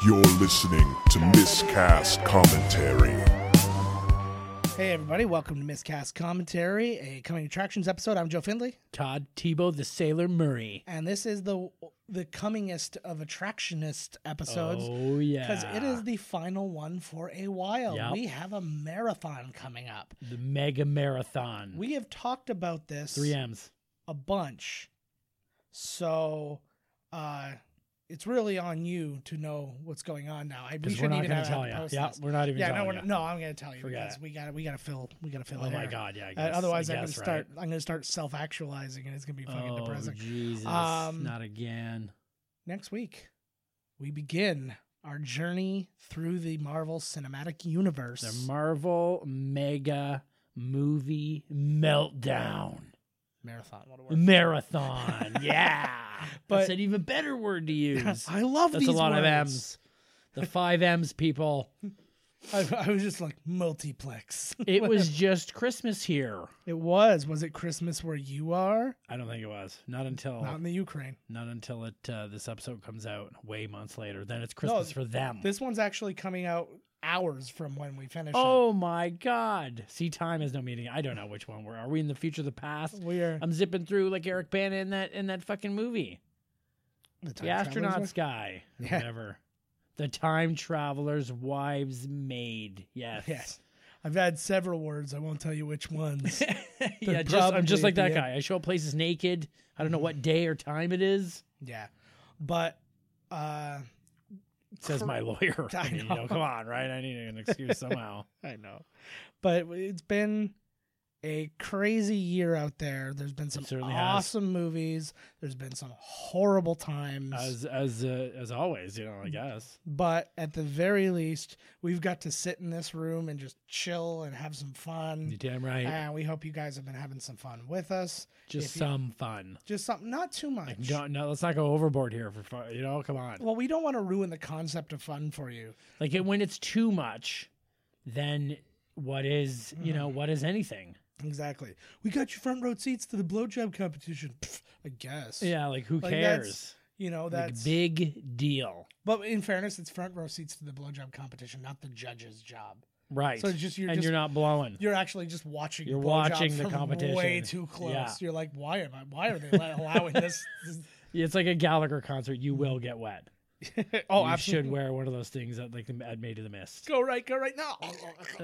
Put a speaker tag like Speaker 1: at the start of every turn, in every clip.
Speaker 1: You're listening to Miscast Commentary.
Speaker 2: Hey, everybody, welcome to Miscast Commentary, a coming attractions episode. I'm Joe Findley,
Speaker 3: Todd Tebow, the Sailor Murray.
Speaker 2: and this is the the cummingest of attractionist episodes
Speaker 3: oh yeah,
Speaker 2: because it is the final one for a while.
Speaker 3: Yep.
Speaker 2: We have a marathon coming up.
Speaker 3: the mega marathon.
Speaker 2: We have talked about this
Speaker 3: three M's.
Speaker 2: a bunch. So uh it's really on you to know what's going on now. I we
Speaker 3: Because we're
Speaker 2: shouldn't
Speaker 3: not
Speaker 2: even
Speaker 3: going
Speaker 2: have
Speaker 3: to tell
Speaker 2: had
Speaker 3: you.
Speaker 2: post
Speaker 3: Yeah,
Speaker 2: this.
Speaker 3: we're not even.
Speaker 2: Yeah,
Speaker 3: telling
Speaker 2: no, we're,
Speaker 3: you.
Speaker 2: no, I'm gonna tell you
Speaker 3: Forget
Speaker 2: because
Speaker 3: it.
Speaker 2: we got to we got to fill we got to fill.
Speaker 3: Oh
Speaker 2: it
Speaker 3: my
Speaker 2: here.
Speaker 3: god. Yeah. I
Speaker 2: Uh,
Speaker 3: guess,
Speaker 2: otherwise,
Speaker 3: I
Speaker 2: I'm gonna
Speaker 3: guess,
Speaker 2: start.
Speaker 3: right?
Speaker 2: I'm gonna start self-actualizing, and it's gonna be fucking
Speaker 3: oh
Speaker 2: depressing.
Speaker 3: Jesus!
Speaker 2: Um,
Speaker 3: not again.
Speaker 2: Next week, we begin our journey through the Marvel Cinematic Universe.
Speaker 3: The Marvel Mega Movie Meltdown
Speaker 2: marathon. What a word.
Speaker 3: Marathon. yeah,
Speaker 2: But-
Speaker 3: that's an even better word to use. That's
Speaker 2: I love
Speaker 3: a
Speaker 2: these
Speaker 3: lot of
Speaker 2: words.
Speaker 3: M's. The five M's, people.
Speaker 2: I, I was just like multiplex.
Speaker 3: It was just Christmas here.
Speaker 2: it was. Was it Christmas where you are?
Speaker 3: I don't think it was. Not until
Speaker 2: Not in the Ukraine.
Speaker 3: not until it uh, this episode comes out way months later. Then it's Christmas for them.
Speaker 2: This one's actually coming out hours from when we finish.
Speaker 3: oh my God! See, time is no meaning. I don't know which one we're. Are we in the future, the past?
Speaker 2: it. we're
Speaker 3: I'm zipping through like Eric Bana in that in that fucking movie,
Speaker 2: the,
Speaker 3: the astronauts guy, or
Speaker 2: Yeah.
Speaker 3: whatever. The time traveler's wives maid. Yes.
Speaker 2: Yes, I've had several words. I won't tell you which ones.
Speaker 3: yeah, just, I'm
Speaker 2: probably
Speaker 3: just like that
Speaker 2: the-
Speaker 3: guy. I show up places naked. I don't know what day or time it is.
Speaker 2: yeah, but uh,
Speaker 3: Says my lawyer.
Speaker 2: I
Speaker 3: I mean, you
Speaker 2: know.
Speaker 3: know, come on, right? I need an excuse somehow.
Speaker 2: I know, but it's been a crazy year out there. There's been some
Speaker 3: certainly has.
Speaker 2: awesome movies. There's been some horrible times.
Speaker 3: as as uh, as always, you know. I guess
Speaker 2: but at the very least, we've got to sit in this room and just chill and have some fun.
Speaker 3: you're damn right.
Speaker 2: And we hope you guys have been having some fun with us. Uh,
Speaker 3: Just
Speaker 2: if you-
Speaker 3: some fun.
Speaker 2: Just something, not too much.
Speaker 3: Like, don't, no, let's not go overboard here for fun. You know, come on.
Speaker 2: well, we don't want to ruin the concept of fun for you.
Speaker 3: Like it, when it's too much, then what is you know
Speaker 2: Mm-hmm.
Speaker 3: what is anything?
Speaker 2: Exactly. We got you front row seats to the blowjob competition. Pff, I guess.
Speaker 3: Yeah, like who
Speaker 2: Like,
Speaker 3: cares?
Speaker 2: You know that's
Speaker 3: like big deal,
Speaker 2: But in fairness, it's front row seats to the blowjob competition, not the judge's job.
Speaker 3: right?
Speaker 2: So it's just you're
Speaker 3: and
Speaker 2: just
Speaker 3: you're not blowing.
Speaker 2: you're actually just watching.
Speaker 3: You're
Speaker 2: blowjob
Speaker 3: watching the
Speaker 2: from
Speaker 3: competition.
Speaker 2: Way too close.
Speaker 3: Yeah.
Speaker 2: You're like, why am I? Why are they allowing this?
Speaker 3: It's like a Gallagher concert. You will get wet.
Speaker 2: oh,
Speaker 3: you
Speaker 2: absolutely.
Speaker 3: should wear one of those things that like at Made of the Mist.
Speaker 2: Go right, go right now.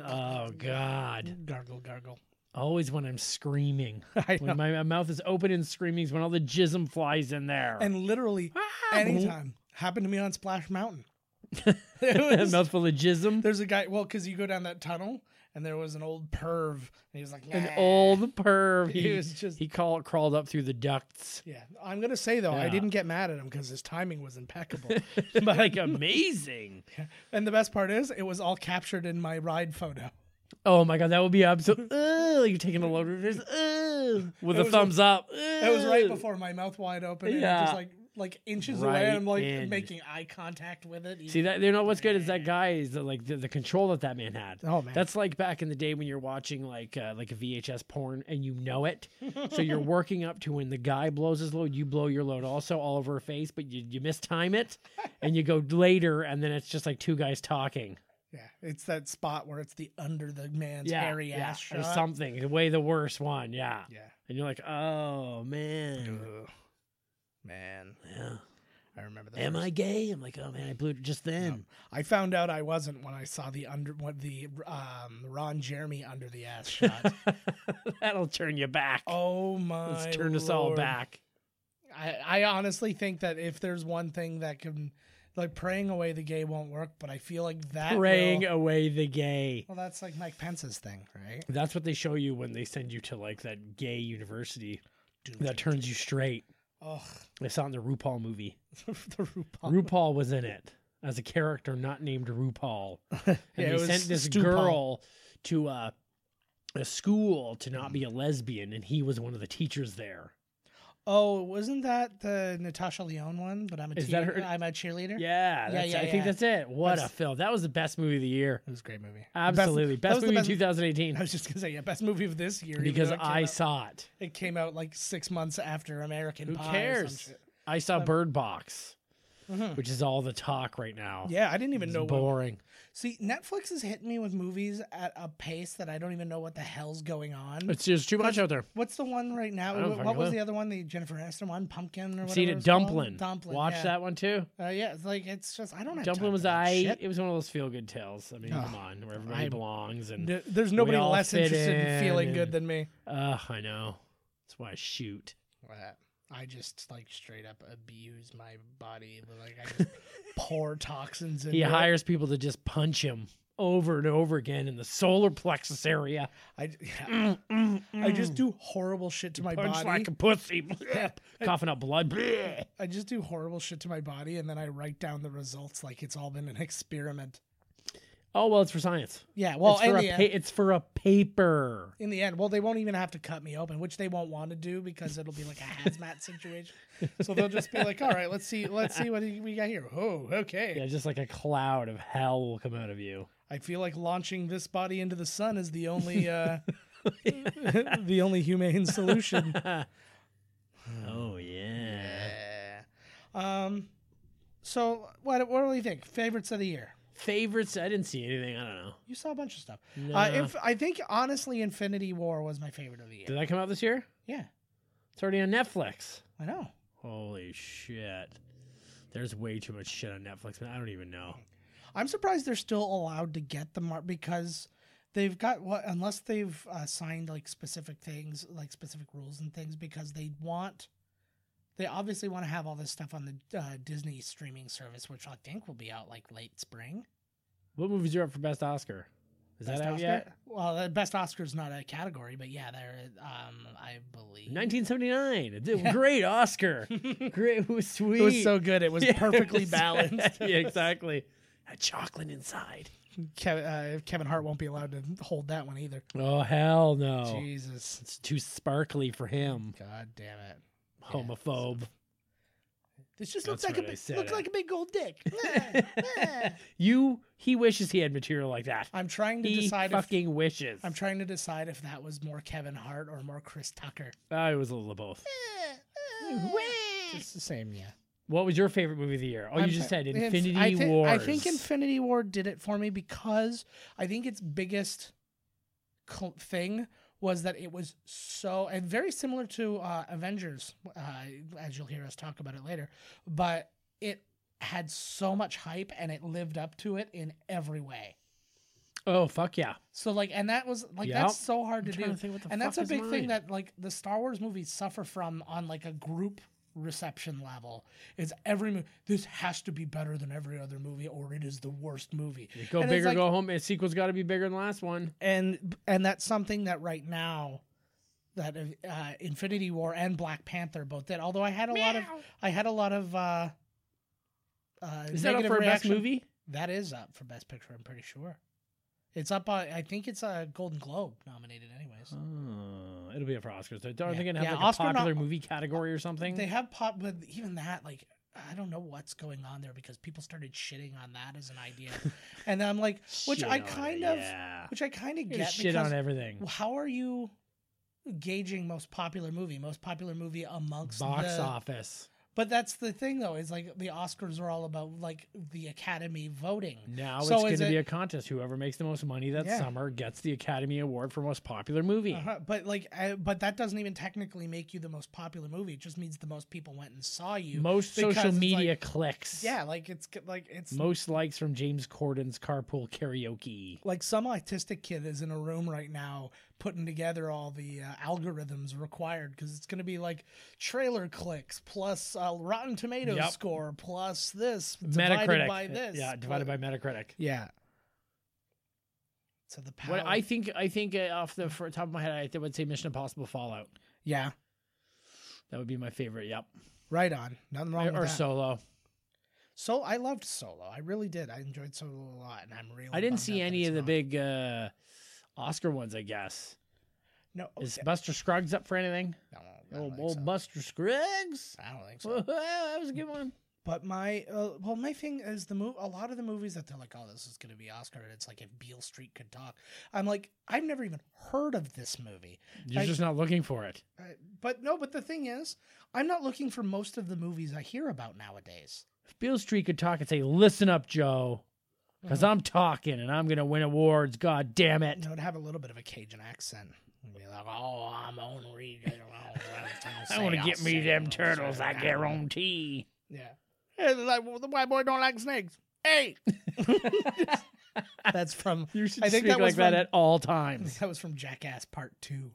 Speaker 3: Oh God!
Speaker 2: Gargle, gargle.
Speaker 3: Always when I'm screaming.
Speaker 2: I know.
Speaker 3: when my, my mouth is open and screaming is when all the jism flies in there.
Speaker 2: And literally,
Speaker 3: Ah.
Speaker 2: anytime happened to me on Splash Mountain. It
Speaker 3: a
Speaker 2: was-
Speaker 3: mouthful of jism.
Speaker 2: there's a guy. Well, because you go down that tunnel, and there was an old perv, and he was like,
Speaker 3: An
Speaker 2: "Nah."
Speaker 3: old perv.
Speaker 2: He
Speaker 3: He,
Speaker 2: was just-
Speaker 3: he call, crawled up through the ducts.
Speaker 2: Yeah, I'm gonna say though, I
Speaker 3: Yeah.
Speaker 2: didn't get mad at him because his timing was impeccable.
Speaker 3: But like amazing.
Speaker 2: and the best part is, it was all captured in my ride photo.
Speaker 3: Oh my god, that would be absolutely. Ugh, you're taking a load of this. Ugh, with
Speaker 2: That
Speaker 3: a
Speaker 2: was
Speaker 3: thumbs up.
Speaker 2: It was right before my mouth wide open, and yeah.
Speaker 3: Yeah.
Speaker 2: just like like inches away.
Speaker 3: Right
Speaker 2: and I'm like
Speaker 3: in.
Speaker 2: making eye contact with it.
Speaker 3: See that you know what's good is that guy is the, like the, the control that that man had.
Speaker 2: Oh, man.
Speaker 3: that's like back in the day when you're watching like uh, like a VHS porn and you know it, so you're working up to when the guy blows his load, you blow your load also all over her face, but you you mistime it, and you go later, and then it's just like two guys talking,
Speaker 2: yeah, it's that spot where it's the under the man's hairy ass shot.
Speaker 3: or something, way the worst one, yeah.
Speaker 2: Yeah,
Speaker 3: And you're like, oh man,
Speaker 2: Ugh. man,
Speaker 3: yeah.
Speaker 2: I remember that.
Speaker 3: am I gay? I'm like, oh man, I blew it just then.
Speaker 2: I found out I wasn't when I saw the under what the um, Ron Jeremy under the ass shot.
Speaker 3: That'll turn you back.
Speaker 2: oh my!
Speaker 3: Let's turn us all
Speaker 2: Lord.
Speaker 3: back.
Speaker 2: I, I honestly think that if there's one thing that can, like praying away the gay won't work, but I feel like that
Speaker 3: Praying
Speaker 2: Will,
Speaker 3: away the gay.
Speaker 2: well, that's like Mike Pence's thing, right?
Speaker 3: That's what they show you when they send you to like that gay university that turns you straight.
Speaker 2: Ugh,
Speaker 3: I saw it in the RuPaul movie.
Speaker 2: the RuPaul.
Speaker 3: RuPaul was in it as a character not named RuPaul. And
Speaker 2: Yeah, it
Speaker 3: they
Speaker 2: was
Speaker 3: sent this
Speaker 2: Stu Paul.
Speaker 3: girl to uh, a school to not be a lesbian, and he was one of the teachers there.
Speaker 2: Oh, wasn't that the Natasha Leone one? But I'm a
Speaker 3: Is
Speaker 2: tea-
Speaker 3: that her-
Speaker 2: I'm a cheerleader.
Speaker 3: Yeah, that's,
Speaker 2: yeah,
Speaker 3: I
Speaker 2: yeah.
Speaker 3: think that's it. What
Speaker 2: That's-
Speaker 3: a film. That was the best movie of the year.
Speaker 2: it was a great movie. The best-
Speaker 3: Absolutely.
Speaker 2: that
Speaker 3: Best,
Speaker 2: was the
Speaker 3: movie 2018.
Speaker 2: I was just gonna say, yeah, best movie of this year even
Speaker 3: because
Speaker 2: though it came
Speaker 3: I
Speaker 2: out-
Speaker 3: saw it.
Speaker 2: it came out like six months after American
Speaker 3: Who
Speaker 2: Pie. or some
Speaker 3: cares?
Speaker 2: shit.
Speaker 3: I saw Bird Box.
Speaker 2: Mhm.
Speaker 3: which is all the talk right now.
Speaker 2: Yeah, I didn't even
Speaker 3: It's
Speaker 2: know. What,
Speaker 3: boring.
Speaker 2: see, Netflix is hitting me with movies at a pace that I don't even know what the hell's going on.
Speaker 3: It's just too much out there.
Speaker 2: What's the one right now?
Speaker 3: I don't
Speaker 2: What,
Speaker 3: fucking
Speaker 2: what was
Speaker 3: know.
Speaker 2: the other one? The Jennifer Aniston one, Pumpkin or
Speaker 3: I've
Speaker 2: whatever.
Speaker 3: seen it.
Speaker 2: it's called?
Speaker 3: Dumpling.
Speaker 2: Dumpling.
Speaker 3: Watch
Speaker 2: yeah.
Speaker 3: that one too.
Speaker 2: Uh, yeah, it's like it's just I don't. Have
Speaker 3: Dumpling
Speaker 2: time
Speaker 3: was
Speaker 2: for that
Speaker 3: I.
Speaker 2: shit.
Speaker 3: It was one of those feel good tales. I mean,
Speaker 2: Ugh.
Speaker 3: come on, where everybody
Speaker 2: I'm-
Speaker 3: belongs and
Speaker 2: There- There's nobody
Speaker 3: all
Speaker 2: less
Speaker 3: fit
Speaker 2: interested in,
Speaker 3: in
Speaker 2: feeling
Speaker 3: and-
Speaker 2: good than me.
Speaker 3: Ugh, I know. That's why I shoot.
Speaker 2: I just like straight up abuse my body. Like I just pour toxins in.
Speaker 3: He hires people to just punch him over and over again in the solar plexus area.
Speaker 2: I,
Speaker 3: Mm,
Speaker 2: yeah. I just do horrible shit to my
Speaker 3: punch
Speaker 2: body.
Speaker 3: like a pussy. Bleh. Coughing up blood. Bleh.
Speaker 2: I just do horrible shit to my body, and then I write down the results like it's all been an experiment.
Speaker 3: Oh well, it's for science.
Speaker 2: Yeah. Well,
Speaker 3: it's
Speaker 2: in the
Speaker 3: for,
Speaker 2: uh,
Speaker 3: a
Speaker 2: end,
Speaker 3: pa- it's for a paper.
Speaker 2: in the end, well, they won't even have to cut me open, which they won't want to do because it'll be like a hazmat situation. So they'll just be like, "All right, let's see, let's see what we got here." Oh, okay.
Speaker 3: Yeah, just like a cloud of hell will come out of you.
Speaker 2: I feel like launching this body into the sun is the only uh, the only humane solution.
Speaker 3: Oh yeah.
Speaker 2: Um, so what what do you think? Favorites of the year?
Speaker 3: Favorites? I didn't see anything. I don't know.
Speaker 2: You saw a bunch of stuff.
Speaker 3: Nah.
Speaker 2: Uh, if, I think honestly, Infinity War was my favorite of the year.
Speaker 3: Did that come out this year?
Speaker 2: Yeah,
Speaker 3: It's already on Netflix.
Speaker 2: I know.
Speaker 3: Holy shit. There's way too much shit on Netflix, man. I don't even know.
Speaker 2: I'm surprised they're still allowed to get the mark because they've got what unless they've uh, signed like specific things, like specific rules and things because they want they obviously want to have all this stuff on the uh, Disney streaming service, which I think will be out like late spring.
Speaker 3: What movies are up for Best Oscar? Is
Speaker 2: Best
Speaker 3: that out
Speaker 2: Oscar?
Speaker 3: yet?
Speaker 2: Well, the best Oscar's not a category, but yeah, there. Um, I believe
Speaker 3: 1979. It did-
Speaker 2: Yeah.
Speaker 3: Great Oscar. Great. It was sweet.
Speaker 2: It was so good. It was
Speaker 3: Yeah, it
Speaker 2: perfectly
Speaker 3: was-
Speaker 2: balanced.
Speaker 3: yeah, exactly. Had chocolate inside.
Speaker 2: Kevin, uh, Kevin Hart won't be allowed to hold that one either.
Speaker 3: Oh, hell no.
Speaker 2: Jesus,
Speaker 3: It's too sparkly for him.
Speaker 2: God damn it!
Speaker 3: Homophobe.
Speaker 2: This just
Speaker 3: That's
Speaker 2: looks like a
Speaker 3: what I
Speaker 2: big,
Speaker 3: said,
Speaker 2: looks
Speaker 3: eh?
Speaker 2: like a big old dick. Nah, nah.
Speaker 3: you, he wishes he had material like that.
Speaker 2: I'm trying to
Speaker 3: He
Speaker 2: decide.
Speaker 3: fucking wishes.
Speaker 2: if, I'm trying to decide if that was more Kevin Hart or more Chris Tucker.
Speaker 3: I was a little of both.
Speaker 2: It's the same, yeah.
Speaker 3: What was your favorite movie of the year? Oh,
Speaker 2: I'm
Speaker 3: you just
Speaker 2: sorry.
Speaker 3: said
Speaker 2: Inf-
Speaker 3: Infinity
Speaker 2: I thi-
Speaker 3: Wars.
Speaker 2: I think Infinity War did it for me because I think its biggest cl- thing was that it was so and very similar to uh, Avengers, uh, as you'll hear us talk about it later. But it had so much hype and it lived up to it in every way.
Speaker 3: Oh fuck yeah!
Speaker 2: So like, and that was like
Speaker 3: Yep.
Speaker 2: that's so hard
Speaker 3: I'm
Speaker 2: to
Speaker 3: trying
Speaker 2: do.
Speaker 3: to think what the
Speaker 2: and that's
Speaker 3: fuck
Speaker 2: a
Speaker 3: is
Speaker 2: big
Speaker 3: mine.
Speaker 2: thing that like the Star Wars movies suffer from on like a group reception level. Is every movie this has to be better than every other movie, or it is the worst movie.
Speaker 3: Go
Speaker 2: And it's
Speaker 3: big or
Speaker 2: like-
Speaker 3: go home. A sequel's got to be bigger than the last one.
Speaker 2: And and that's something that right now that uh, Infinity War and Black Panther both did. Although I had a lot of I had a lot of uh, uh,
Speaker 3: Is that up
Speaker 2: negative
Speaker 3: for best
Speaker 2: reaction.
Speaker 3: movie?
Speaker 2: That is up for Best Picture. I'm pretty sure. It's up. On, I think it's a Golden Globe nominated, anyways.
Speaker 3: Oh, it'll be up for Oscars. Aren't they
Speaker 2: Yeah.
Speaker 3: gonna have
Speaker 2: Yeah,
Speaker 3: like
Speaker 2: Oscar
Speaker 3: a popular
Speaker 2: nom-
Speaker 3: movie category or something?
Speaker 2: They have pop, but even that, like, I don't know what's going on there because people started shitting on that as an idea, and I'm like, which
Speaker 3: Shit
Speaker 2: I
Speaker 3: on it,
Speaker 2: kind of,
Speaker 3: yeah.
Speaker 2: which I kind of
Speaker 3: They
Speaker 2: get
Speaker 3: shit
Speaker 2: because
Speaker 3: on everything.
Speaker 2: how are you gauging most popular movie, most popular movie amongst
Speaker 3: Box
Speaker 2: the,
Speaker 3: office.
Speaker 2: But that's the thing though, is like the Oscars are all about like the Academy voting.
Speaker 3: Now
Speaker 2: So
Speaker 3: it's
Speaker 2: is
Speaker 3: gonna
Speaker 2: it-
Speaker 3: be a contest. Whoever makes the most money that
Speaker 2: Yeah.
Speaker 3: summer gets the Academy Award for most popular movie.
Speaker 2: Uh-huh, But like, I, but that doesn't even technically make you the most popular movie. It just means the most people went and saw you.
Speaker 3: Most
Speaker 2: because
Speaker 3: social
Speaker 2: it's
Speaker 3: media
Speaker 2: like-
Speaker 3: clicks.
Speaker 2: yeah, like it's like it's
Speaker 3: Most likes from James Corden's carpool karaoke.
Speaker 2: like some autistic kid is in a room right now putting together all the uh, algorithms required because it's going to be like trailer clicks plus uh, Rotten Tomatoes
Speaker 3: Yep.
Speaker 2: score plus this divided
Speaker 3: Metacritic.
Speaker 2: by this.
Speaker 3: Yeah, divided by Metacritic.
Speaker 2: yeah. So the power.
Speaker 3: What I think, I think uh, off the fir- top of my head, I th- would say Mission Impossible Fallout.
Speaker 2: yeah,
Speaker 3: That would be my favorite. Yep,
Speaker 2: right on. Nothing wrong
Speaker 3: or,
Speaker 2: with that. So.
Speaker 3: Solo.
Speaker 2: I loved Solo. I really did. I enjoyed Solo a lot, and I'm really.
Speaker 3: I didn't
Speaker 2: bummed out
Speaker 3: see
Speaker 2: that
Speaker 3: any
Speaker 2: it's
Speaker 3: of the
Speaker 2: not.
Speaker 3: big uh, Oscar ones. I guess
Speaker 2: No,
Speaker 3: is Buster Scruggs up for anything?
Speaker 2: no, Oh, I don't
Speaker 3: Old,
Speaker 2: think
Speaker 3: old
Speaker 2: so.
Speaker 3: Buster Scruggs.
Speaker 2: I don't think so.
Speaker 3: Whoa, that was a good one.
Speaker 2: But my uh, well, my thing is the move. A lot of the movies that they're like, "Oh, this is going to be Oscar," and it's like if Beale Street could talk. I'm like, I've never even heard of this movie.
Speaker 3: You're
Speaker 2: I-
Speaker 3: just not looking for it.
Speaker 2: Uh, but no, but the thing is, I'm not looking for most of the movies I hear about nowadays.
Speaker 3: if Beale Street could talk and say, "Listen up, Joe, because I'm talking and I'm gonna win awards. God damn it!"
Speaker 2: It would have a little bit of a Cajun accent. It'd be like, oh, I'm on read.
Speaker 3: I want to get me them turtles. I guarantee.
Speaker 2: Yeah. It's like, well, the white boy don't like snakes. Hey! That's from,
Speaker 3: You should
Speaker 2: I think
Speaker 3: speak
Speaker 2: that
Speaker 3: like
Speaker 2: was
Speaker 3: that
Speaker 2: from-
Speaker 3: at all
Speaker 2: I think
Speaker 3: times.
Speaker 2: that was from Jackass Part 2.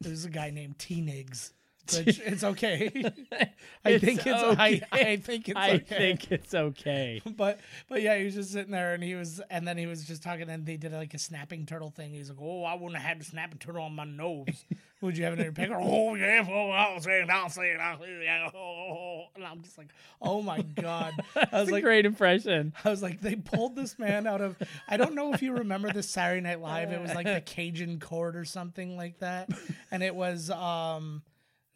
Speaker 2: There's a guy named T-Niggs. Which it's okay. I
Speaker 3: It's
Speaker 2: think it's
Speaker 3: okay.
Speaker 2: I, I think it's
Speaker 3: I
Speaker 2: okay.
Speaker 3: think it's okay.
Speaker 2: but but yeah, he was just sitting there and he was and then he was just talking and they did like a snapping turtle thing. He's like, Oh, I wouldn't have had the snapping turtle on my nose. Would you have it in your picture? oh yeah, oh, I'll say it, I'll say it, I'll say it. Oh, oh, oh." And I'm just like, Oh my god. I was
Speaker 3: It's a
Speaker 2: like
Speaker 3: great impression.
Speaker 2: I was like, they pulled this man out of. I don't know if you remember this Saturday Night Live. It was like the Cajun Court or something like that, and it was um,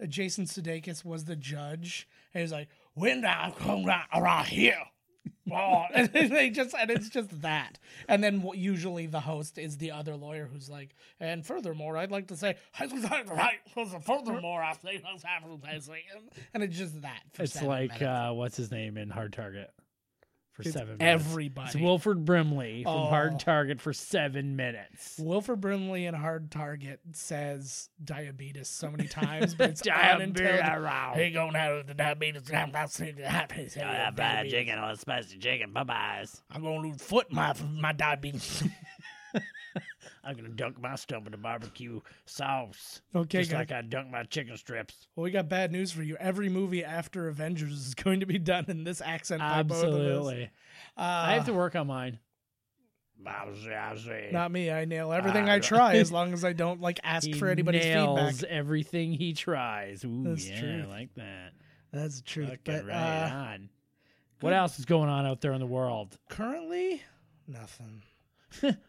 Speaker 2: Jason Sudeikis was the judge, and he was like, "When I come right around here." Oh, and they just and it's just that, and then what- usually the host is the other lawyer who's like, and furthermore, I'd like to say, furthermore, I say, and it's just that. For
Speaker 3: It's
Speaker 2: seven
Speaker 3: like
Speaker 2: minutes.
Speaker 3: uh, what's his name in Hard Target for
Speaker 2: It's
Speaker 3: seven. minutes.
Speaker 2: everybody.
Speaker 3: It's Wilford Brimley from
Speaker 2: Oh.
Speaker 3: Hard Target for seven minutes.
Speaker 2: Wilford Brimley and Hard Target says diabetes so many times, but it's unintelligible. He gonna have the diabetes. I'm not saying diabetes.
Speaker 3: Oh,
Speaker 2: diabetes.
Speaker 3: on spicy chicken. Bye byes.
Speaker 2: I'm gonna lose foot my my diabetes.
Speaker 3: I'm gonna dunk my stump in the barbecue sauce,
Speaker 2: okay, guys.
Speaker 3: I dunk my chicken strips.
Speaker 2: well, we got bad news for you. Every movie after Avengers is going to be done in this accent. by both of us.
Speaker 3: Absolutely.
Speaker 2: Uh,
Speaker 3: I have to work on mine.
Speaker 2: Not me. I nail everything
Speaker 3: Ah,
Speaker 2: I
Speaker 3: right.
Speaker 2: try as long as I don't like ask
Speaker 3: He
Speaker 2: for anybody's
Speaker 3: nails
Speaker 2: feedback.
Speaker 3: everything he tries. Ooh,
Speaker 2: That's
Speaker 3: yeah,
Speaker 2: true.
Speaker 3: I like that.
Speaker 2: That's the truth.
Speaker 3: Fucking
Speaker 2: But,
Speaker 3: right
Speaker 2: uh,
Speaker 3: on. What else is going on out there in the world?
Speaker 2: currently, nothing.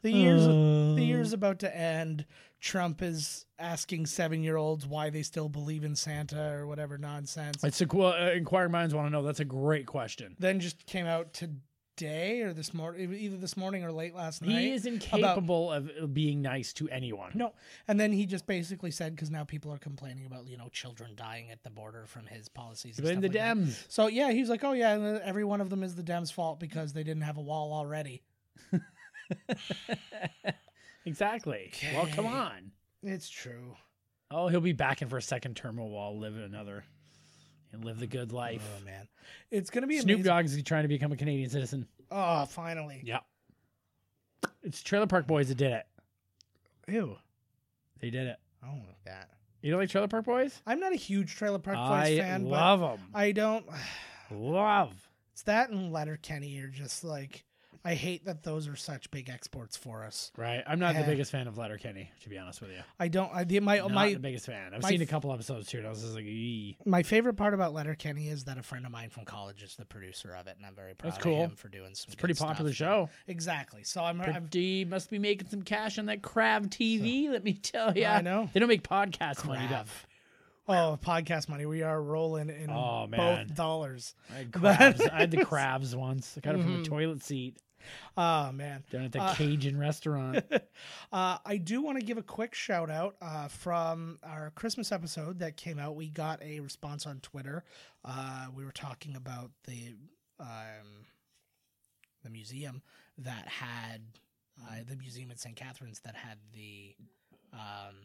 Speaker 2: The years.
Speaker 3: Oh. Uh,
Speaker 2: the year's about to end. Trump is asking seven year olds why they still believe in Santa or whatever nonsense.
Speaker 3: It's a qu- uh, inquiring minds want to know. That's a great question.
Speaker 2: then just came out today or this morning, either this morning or late last night.
Speaker 3: He is incapable of being nice to anyone.
Speaker 2: No. And then he just basically said, because now people are complaining about, you know, children dying at the border from his policies. And
Speaker 3: Blame
Speaker 2: stuff
Speaker 3: the
Speaker 2: like that.
Speaker 3: Dems.
Speaker 2: So, yeah, he's like, oh, yeah, and every one of them is the Dems' fault because they didn't have a wall already.
Speaker 3: Exactly. Well, come on.
Speaker 2: It's true.
Speaker 3: Oh, he'll be back in for a second term. We'll all live another and live the good life.
Speaker 2: Oh, man. It's going to be
Speaker 3: Snoop
Speaker 2: amazing.
Speaker 3: Dogg is trying to become a Canadian citizen.
Speaker 2: Oh, finally.
Speaker 3: Yeah. It's Trailer Park Boys that did it.
Speaker 2: Ew.
Speaker 3: They did it.
Speaker 2: I don't like that.
Speaker 3: You don't like Trailer Park Boys?
Speaker 2: I'm not a huge Trailer Park Boys
Speaker 3: I
Speaker 2: fan,
Speaker 3: love them.
Speaker 2: but I don't.
Speaker 3: love.
Speaker 2: It's that and Letterkenny are just like I hate that those are such big exports for us.
Speaker 3: Right. I'm not
Speaker 2: Yeah.
Speaker 3: the biggest fan of Letterkenny, to be honest with you.
Speaker 2: I don't. Eh. I the, my
Speaker 3: Not
Speaker 2: my
Speaker 3: the biggest fan. I've
Speaker 2: my
Speaker 3: seen a
Speaker 2: f-
Speaker 3: couple episodes too, and I was just like, "Ee."
Speaker 2: my favorite part about Letterkenny is that a friend of mine from college is the producer of it, and I'm very proud
Speaker 3: That's cool.
Speaker 2: of him for doing some.
Speaker 3: it's a pretty
Speaker 2: good stuff.
Speaker 3: popular show.
Speaker 2: Exactly. So I'm. I'm
Speaker 3: Pretty must be making some cash on that crab TV. let me tell you,
Speaker 2: I know.
Speaker 3: they don't make podcast money.
Speaker 2: Crab.
Speaker 3: Duff.
Speaker 2: Oh, podcast money. We are rolling in
Speaker 3: Oh, man.
Speaker 2: both dollars.
Speaker 3: I had
Speaker 2: But-
Speaker 3: crabs. I had the crabs once. I got it from a toilet seat
Speaker 2: Oh man.
Speaker 3: down at the
Speaker 2: Uh,
Speaker 3: Cajun restaurant.
Speaker 2: Uh, I do want to give a quick shout out uh, from our Christmas episode that came out. We got a response on Twitter. Uh, we were talking about the um, the museum that had uh, the museum at St. Catharines that had the um,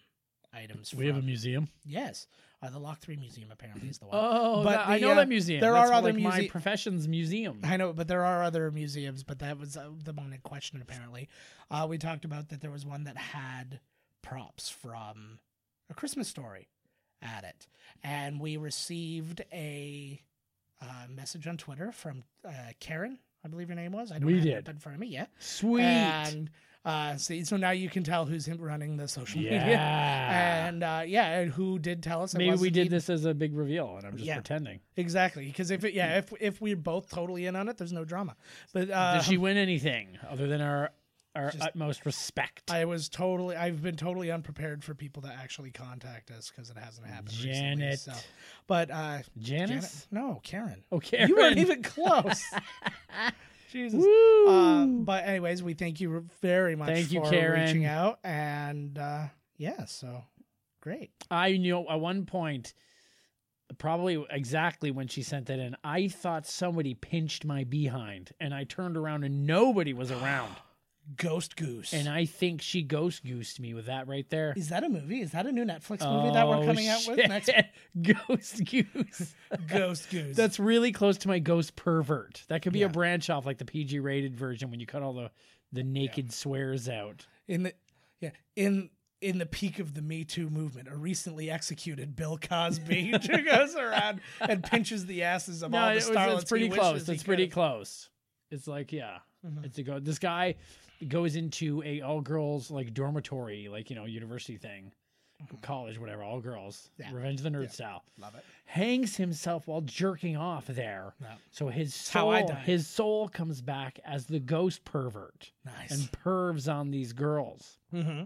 Speaker 2: items.
Speaker 3: We have a
Speaker 2: from-
Speaker 3: museum.
Speaker 2: yes, uh, the Lock Three Museum apparently is the one.
Speaker 3: Oh,
Speaker 2: But
Speaker 3: that- I
Speaker 2: the,
Speaker 3: know
Speaker 2: uh,
Speaker 3: that museum.
Speaker 2: there
Speaker 3: That's
Speaker 2: are other
Speaker 3: like my
Speaker 2: muse-
Speaker 3: profession's museum.
Speaker 2: I know, but there are other museums, but that was uh, the one in question, apparently. Uh, we talked about that there was one that had props from A Christmas Story at it. And we received a uh, message on Twitter from uh, Karen, I believe your name was. I don't
Speaker 3: We
Speaker 2: have it up
Speaker 3: did.
Speaker 2: in front of me, yeah.
Speaker 3: Sweet.
Speaker 2: And uh, see, so now you can tell who's him running the social media.
Speaker 3: yeah.
Speaker 2: And uh, yeah, and who did tell us it
Speaker 3: Maybe
Speaker 2: was
Speaker 3: we did
Speaker 2: indeed-
Speaker 3: this as a big reveal, and I'm just
Speaker 2: Yeah.
Speaker 3: pretending.
Speaker 2: exactly because if it, yeah if if we're both totally in on it, there's no drama. But uh,
Speaker 3: Did she win anything other than our our
Speaker 2: Just-
Speaker 3: utmost respect?
Speaker 2: I was totally. I've been totally unprepared for people to actually contact us because it hasn't happened. Recently,
Speaker 3: Janet.
Speaker 2: so. But uh, Janet,
Speaker 3: Janice?
Speaker 2: no, Karen.
Speaker 3: Okay.
Speaker 2: You weren't even close. Jesus.
Speaker 3: Woo!
Speaker 2: Uh, but anyways, we thank you very much
Speaker 3: Thank
Speaker 2: for
Speaker 3: you, Karen.
Speaker 2: reaching out, and uh, yeah, so great.
Speaker 3: I knew at one point probably exactly when she sent that in, I thought somebody pinched my behind, and I turned around and nobody was around.
Speaker 2: Ghost Goose.
Speaker 3: And I think she ghost goosed me with that right there.
Speaker 2: is that a movie? Is that a new Netflix movie that we're
Speaker 3: Oh,
Speaker 2: coming out with
Speaker 3: shit.
Speaker 2: next?
Speaker 3: Ghost goose.
Speaker 2: Ghost Goose.
Speaker 3: That's really close to my ghost pervert. That could be a
Speaker 2: Yeah.
Speaker 3: branch off like the PG rated version when you cut all the the naked swears out.
Speaker 2: in the yeah in in the peak of the Me Too movement. A recently executed Bill Cosby who goes around and pinches the asses of all
Speaker 3: it
Speaker 2: the
Speaker 3: was-
Speaker 2: starlets.
Speaker 3: it's pretty
Speaker 2: he
Speaker 3: close.
Speaker 2: wishes he Mm-hmm.
Speaker 3: It's pretty
Speaker 2: could.
Speaker 3: close. It's like yeah, it's a go. This guy goes into a all girls like dormitory, like you know university thing, college, whatever, all girls,
Speaker 2: Mm-hmm. Yeah.
Speaker 3: Revenge of the Nerd
Speaker 2: Yeah.
Speaker 3: style.
Speaker 2: Love it.
Speaker 3: Hangs himself while jerking off there.
Speaker 2: Yeah.
Speaker 3: So his
Speaker 2: how
Speaker 3: soul,
Speaker 2: I died.
Speaker 3: his soul comes back as the ghost pervert
Speaker 2: Nice.
Speaker 3: and pervs on these girls.
Speaker 2: hmm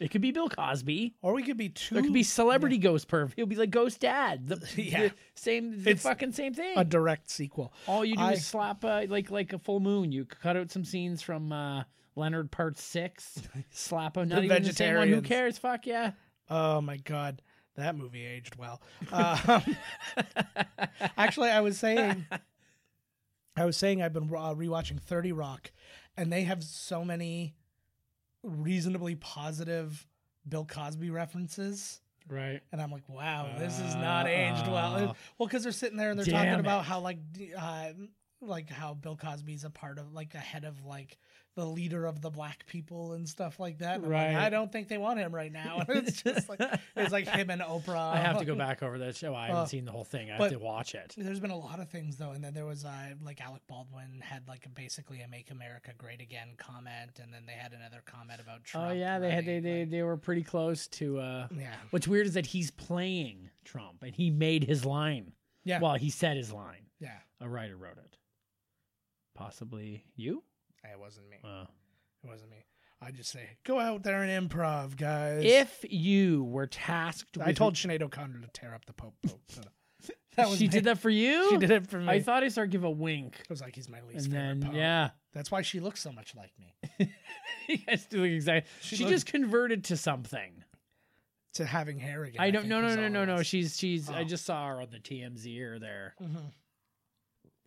Speaker 3: It could be Bill Cosby.
Speaker 2: Or we could be two.
Speaker 3: There could be celebrity ghost perv. He'll be like ghost dad. The,
Speaker 2: Yeah.
Speaker 3: the same, the
Speaker 2: It's
Speaker 3: fucking same thing.
Speaker 2: a direct sequel.
Speaker 3: All you do
Speaker 2: I-
Speaker 3: is slap uh, like like a full moon. You cut out some scenes from uh, Leonard Part Six. slap them. Not
Speaker 2: The
Speaker 3: even the same one. Who
Speaker 2: vegetarians.
Speaker 3: cares? Fuck yeah.
Speaker 2: Oh my god, that movie aged well. Um, actually, I was saying, I was saying I've been uh, rewatching Thirty Rock, and they have so many reasonably positive Bill Cosby references.
Speaker 3: Right.
Speaker 2: And I'm like, wow, this is not aged well.
Speaker 3: Ah.
Speaker 2: well, because they're sitting there and they're
Speaker 3: Damn
Speaker 2: talking about
Speaker 3: it.
Speaker 2: how like, d- uh, like how Bill Cosby's a part of like a head of like the leader of the black people and stuff like that. And I'm like,
Speaker 3: Right.
Speaker 2: I don't think they want him right now. And it's just like it's like him and Oprah.
Speaker 3: I have to go back over that show. I haven't
Speaker 2: Uh,
Speaker 3: seen the whole thing. I
Speaker 2: but-
Speaker 3: have to watch it.
Speaker 2: There's been a lot of things though, and then there was uh, like Alec Baldwin had like a, basically a "Make America Great Again" comment, and then they had another comment about Trump.
Speaker 3: oh yeah, they had they,
Speaker 2: running,
Speaker 3: they they were pretty close to. Uh,
Speaker 2: like- yeah,
Speaker 3: what's weird is that he's playing Trump and he made his line.
Speaker 2: Yeah.
Speaker 3: Well, he said his line.
Speaker 2: yeah.
Speaker 3: A writer wrote it. Possibly you.
Speaker 2: It wasn't me.
Speaker 3: Uh,
Speaker 2: It wasn't me. I just say, go out there and improv, guys.
Speaker 3: if you were tasked,
Speaker 2: I
Speaker 3: with-
Speaker 2: told Sinead O'Connor to tear up the Pope. pope. So that was
Speaker 3: she
Speaker 2: my-
Speaker 3: did that for you.
Speaker 2: She did it for me.
Speaker 3: I thought I started give a wink,
Speaker 2: I was like, he's my least
Speaker 3: and
Speaker 2: favorite
Speaker 3: then
Speaker 2: Pope.
Speaker 3: yeah,
Speaker 2: That's why she looks so much like me.
Speaker 3: yes, doing exactly. She,
Speaker 2: She looked-
Speaker 3: just converted to something.
Speaker 2: To having hair again.
Speaker 3: I don't. No,
Speaker 2: think,
Speaker 3: no,
Speaker 2: was
Speaker 3: no,
Speaker 2: all
Speaker 3: no,
Speaker 2: it
Speaker 3: no.
Speaker 2: was.
Speaker 3: She's she's. I
Speaker 2: Oh.
Speaker 3: just saw her on the TMZ or there.
Speaker 2: Mhm.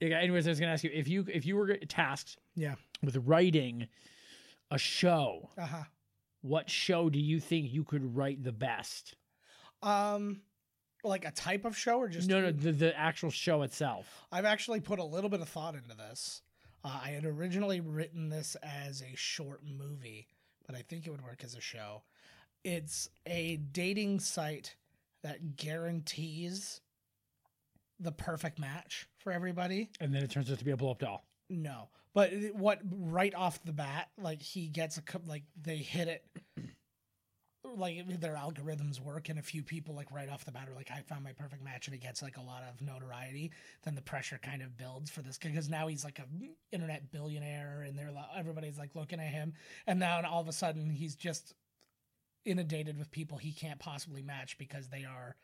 Speaker 3: Yeah, Anyways, I was gonna ask you if you if you were tasked
Speaker 2: Yeah.
Speaker 3: with writing a show,
Speaker 2: Uh-huh.
Speaker 3: what show do you think you could write the best?
Speaker 2: Um, like a type of show or just
Speaker 3: no, no, the, the actual show itself.
Speaker 2: I've actually put a little bit of thought into this. Uh, I had originally written this as a short movie, but I think it would work as a show. It's a dating site that guarantees the perfect match for everybody.
Speaker 3: And then it turns out to be a blow up doll.
Speaker 2: No, but it- what right off the bat, like he gets a cou- like they hit it, like their algorithms work, and a few people like right off the bat are like, I found my perfect match, and he gets like a lot of notoriety. Then the pressure kind of builds for this because now he's like a internet billionaire, and they're like, everybody's like looking at him, and now all of a sudden he's just inundated with people he can't possibly match because they are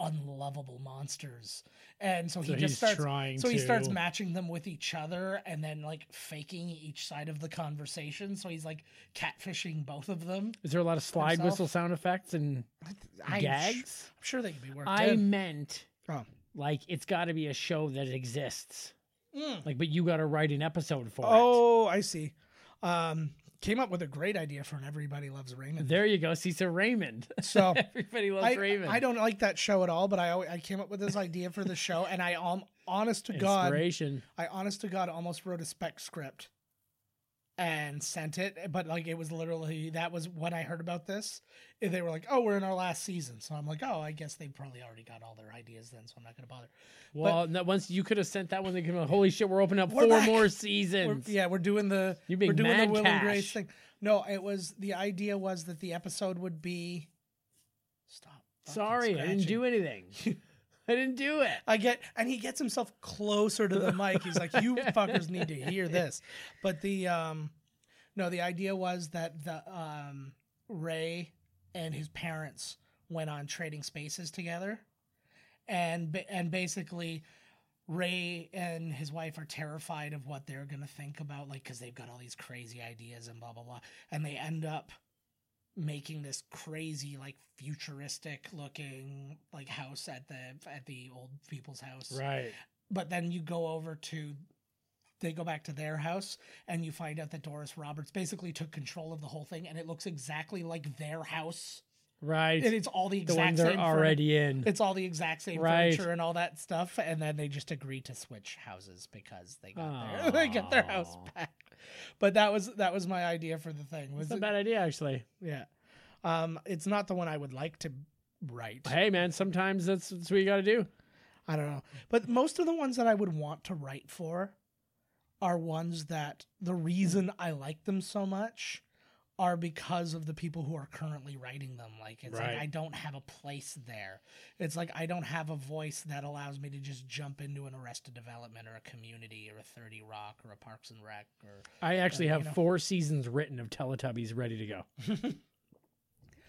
Speaker 2: unlovable monsters, and so,
Speaker 3: So
Speaker 2: he
Speaker 3: he's
Speaker 2: just starts
Speaker 3: trying.
Speaker 2: so
Speaker 3: to...
Speaker 2: he starts matching them with each other and then like faking each side of the conversation. So he's like catfishing both of them.
Speaker 3: Is there a lot of slide
Speaker 2: himself.
Speaker 3: whistle sound effects and
Speaker 2: I'm sh-
Speaker 3: gags?
Speaker 2: I'm sure they can be worked
Speaker 3: I
Speaker 2: in.
Speaker 3: meant
Speaker 2: Oh.
Speaker 3: like it's got to be a show that exists.
Speaker 2: Mm.
Speaker 3: Like, but you got to write an episode for
Speaker 2: Oh, I see. Um, came up with a great idea for an Everybody Loves
Speaker 3: it.
Speaker 2: Raymond.
Speaker 3: There you go, Cecil Raymond.
Speaker 2: So
Speaker 3: Everybody loves
Speaker 2: I,
Speaker 3: Raymond.
Speaker 2: I don't like that show at all, but I always, I came up with this idea for the show, and I um, honest to God,
Speaker 3: Inspiration.
Speaker 2: I honest to God almost wrote a spec script and sent it, but like it was literally that was when I heard about this. And They were like, "Oh, we're in our last season," so I'm like, "Oh, I guess they probably already got all their ideas then, so I'm not gonna bother."
Speaker 3: Well, no, once you could have sent that one, they could have. Holy shit, we're opening up
Speaker 2: We're
Speaker 3: four
Speaker 2: back.
Speaker 3: more
Speaker 2: We're-
Speaker 3: seasons.
Speaker 2: yeah, we're doing the
Speaker 3: You're being
Speaker 2: we're doing
Speaker 3: mad
Speaker 2: the Will and Grace
Speaker 3: cash.
Speaker 2: thing. No, it was the idea was that the episode would be. Stop. fucking
Speaker 3: Sorry, I didn't
Speaker 2: scratching.
Speaker 3: do anything. I didn't do it.
Speaker 2: I get, and he gets himself closer to the mic. He's like, "You fuckers need to hear this." But the, um, no, the idea was that the um, Ray and his parents went on trading spaces together, and ba- and basically, Ray and his wife are terrified of what they're gonna think about, like, because they've got all these crazy ideas and blah blah blah, and they end up making this crazy like futuristic looking like house at the at the old people's house
Speaker 3: Right.
Speaker 2: but then you go over to they go back to their house and you find out that Doris Roberts basically took control of the whole thing and it looks exactly like their house.
Speaker 3: Right.
Speaker 2: And it's all the
Speaker 3: the one
Speaker 2: exact
Speaker 3: they're
Speaker 2: same furni-
Speaker 3: already in.
Speaker 2: It's all the exact same
Speaker 3: Right.
Speaker 2: furniture and all that stuff and then they just agree to switch houses because they got their they got their house
Speaker 3: Aw.
Speaker 2: back. But that was that was my idea for the thing. Was
Speaker 3: It's not a
Speaker 2: it-
Speaker 3: bad idea, actually.
Speaker 2: yeah. Um it's not the one I would like to write.
Speaker 3: Hey, man, sometimes that's, that's what you got to do.
Speaker 2: I don't know. But most of the ones that I would want to write for are ones that the reason I like them so much are because of the people who are currently writing them. Like it's
Speaker 3: Right.
Speaker 2: like I don't have a place there. It's like I don't have a voice that allows me to just jump into an arrested development or a community or a 30 rock or a Parks and Rec or
Speaker 3: I actually
Speaker 2: Uh, you
Speaker 3: have
Speaker 2: know.
Speaker 3: four seasons written of Teletubbies ready to go.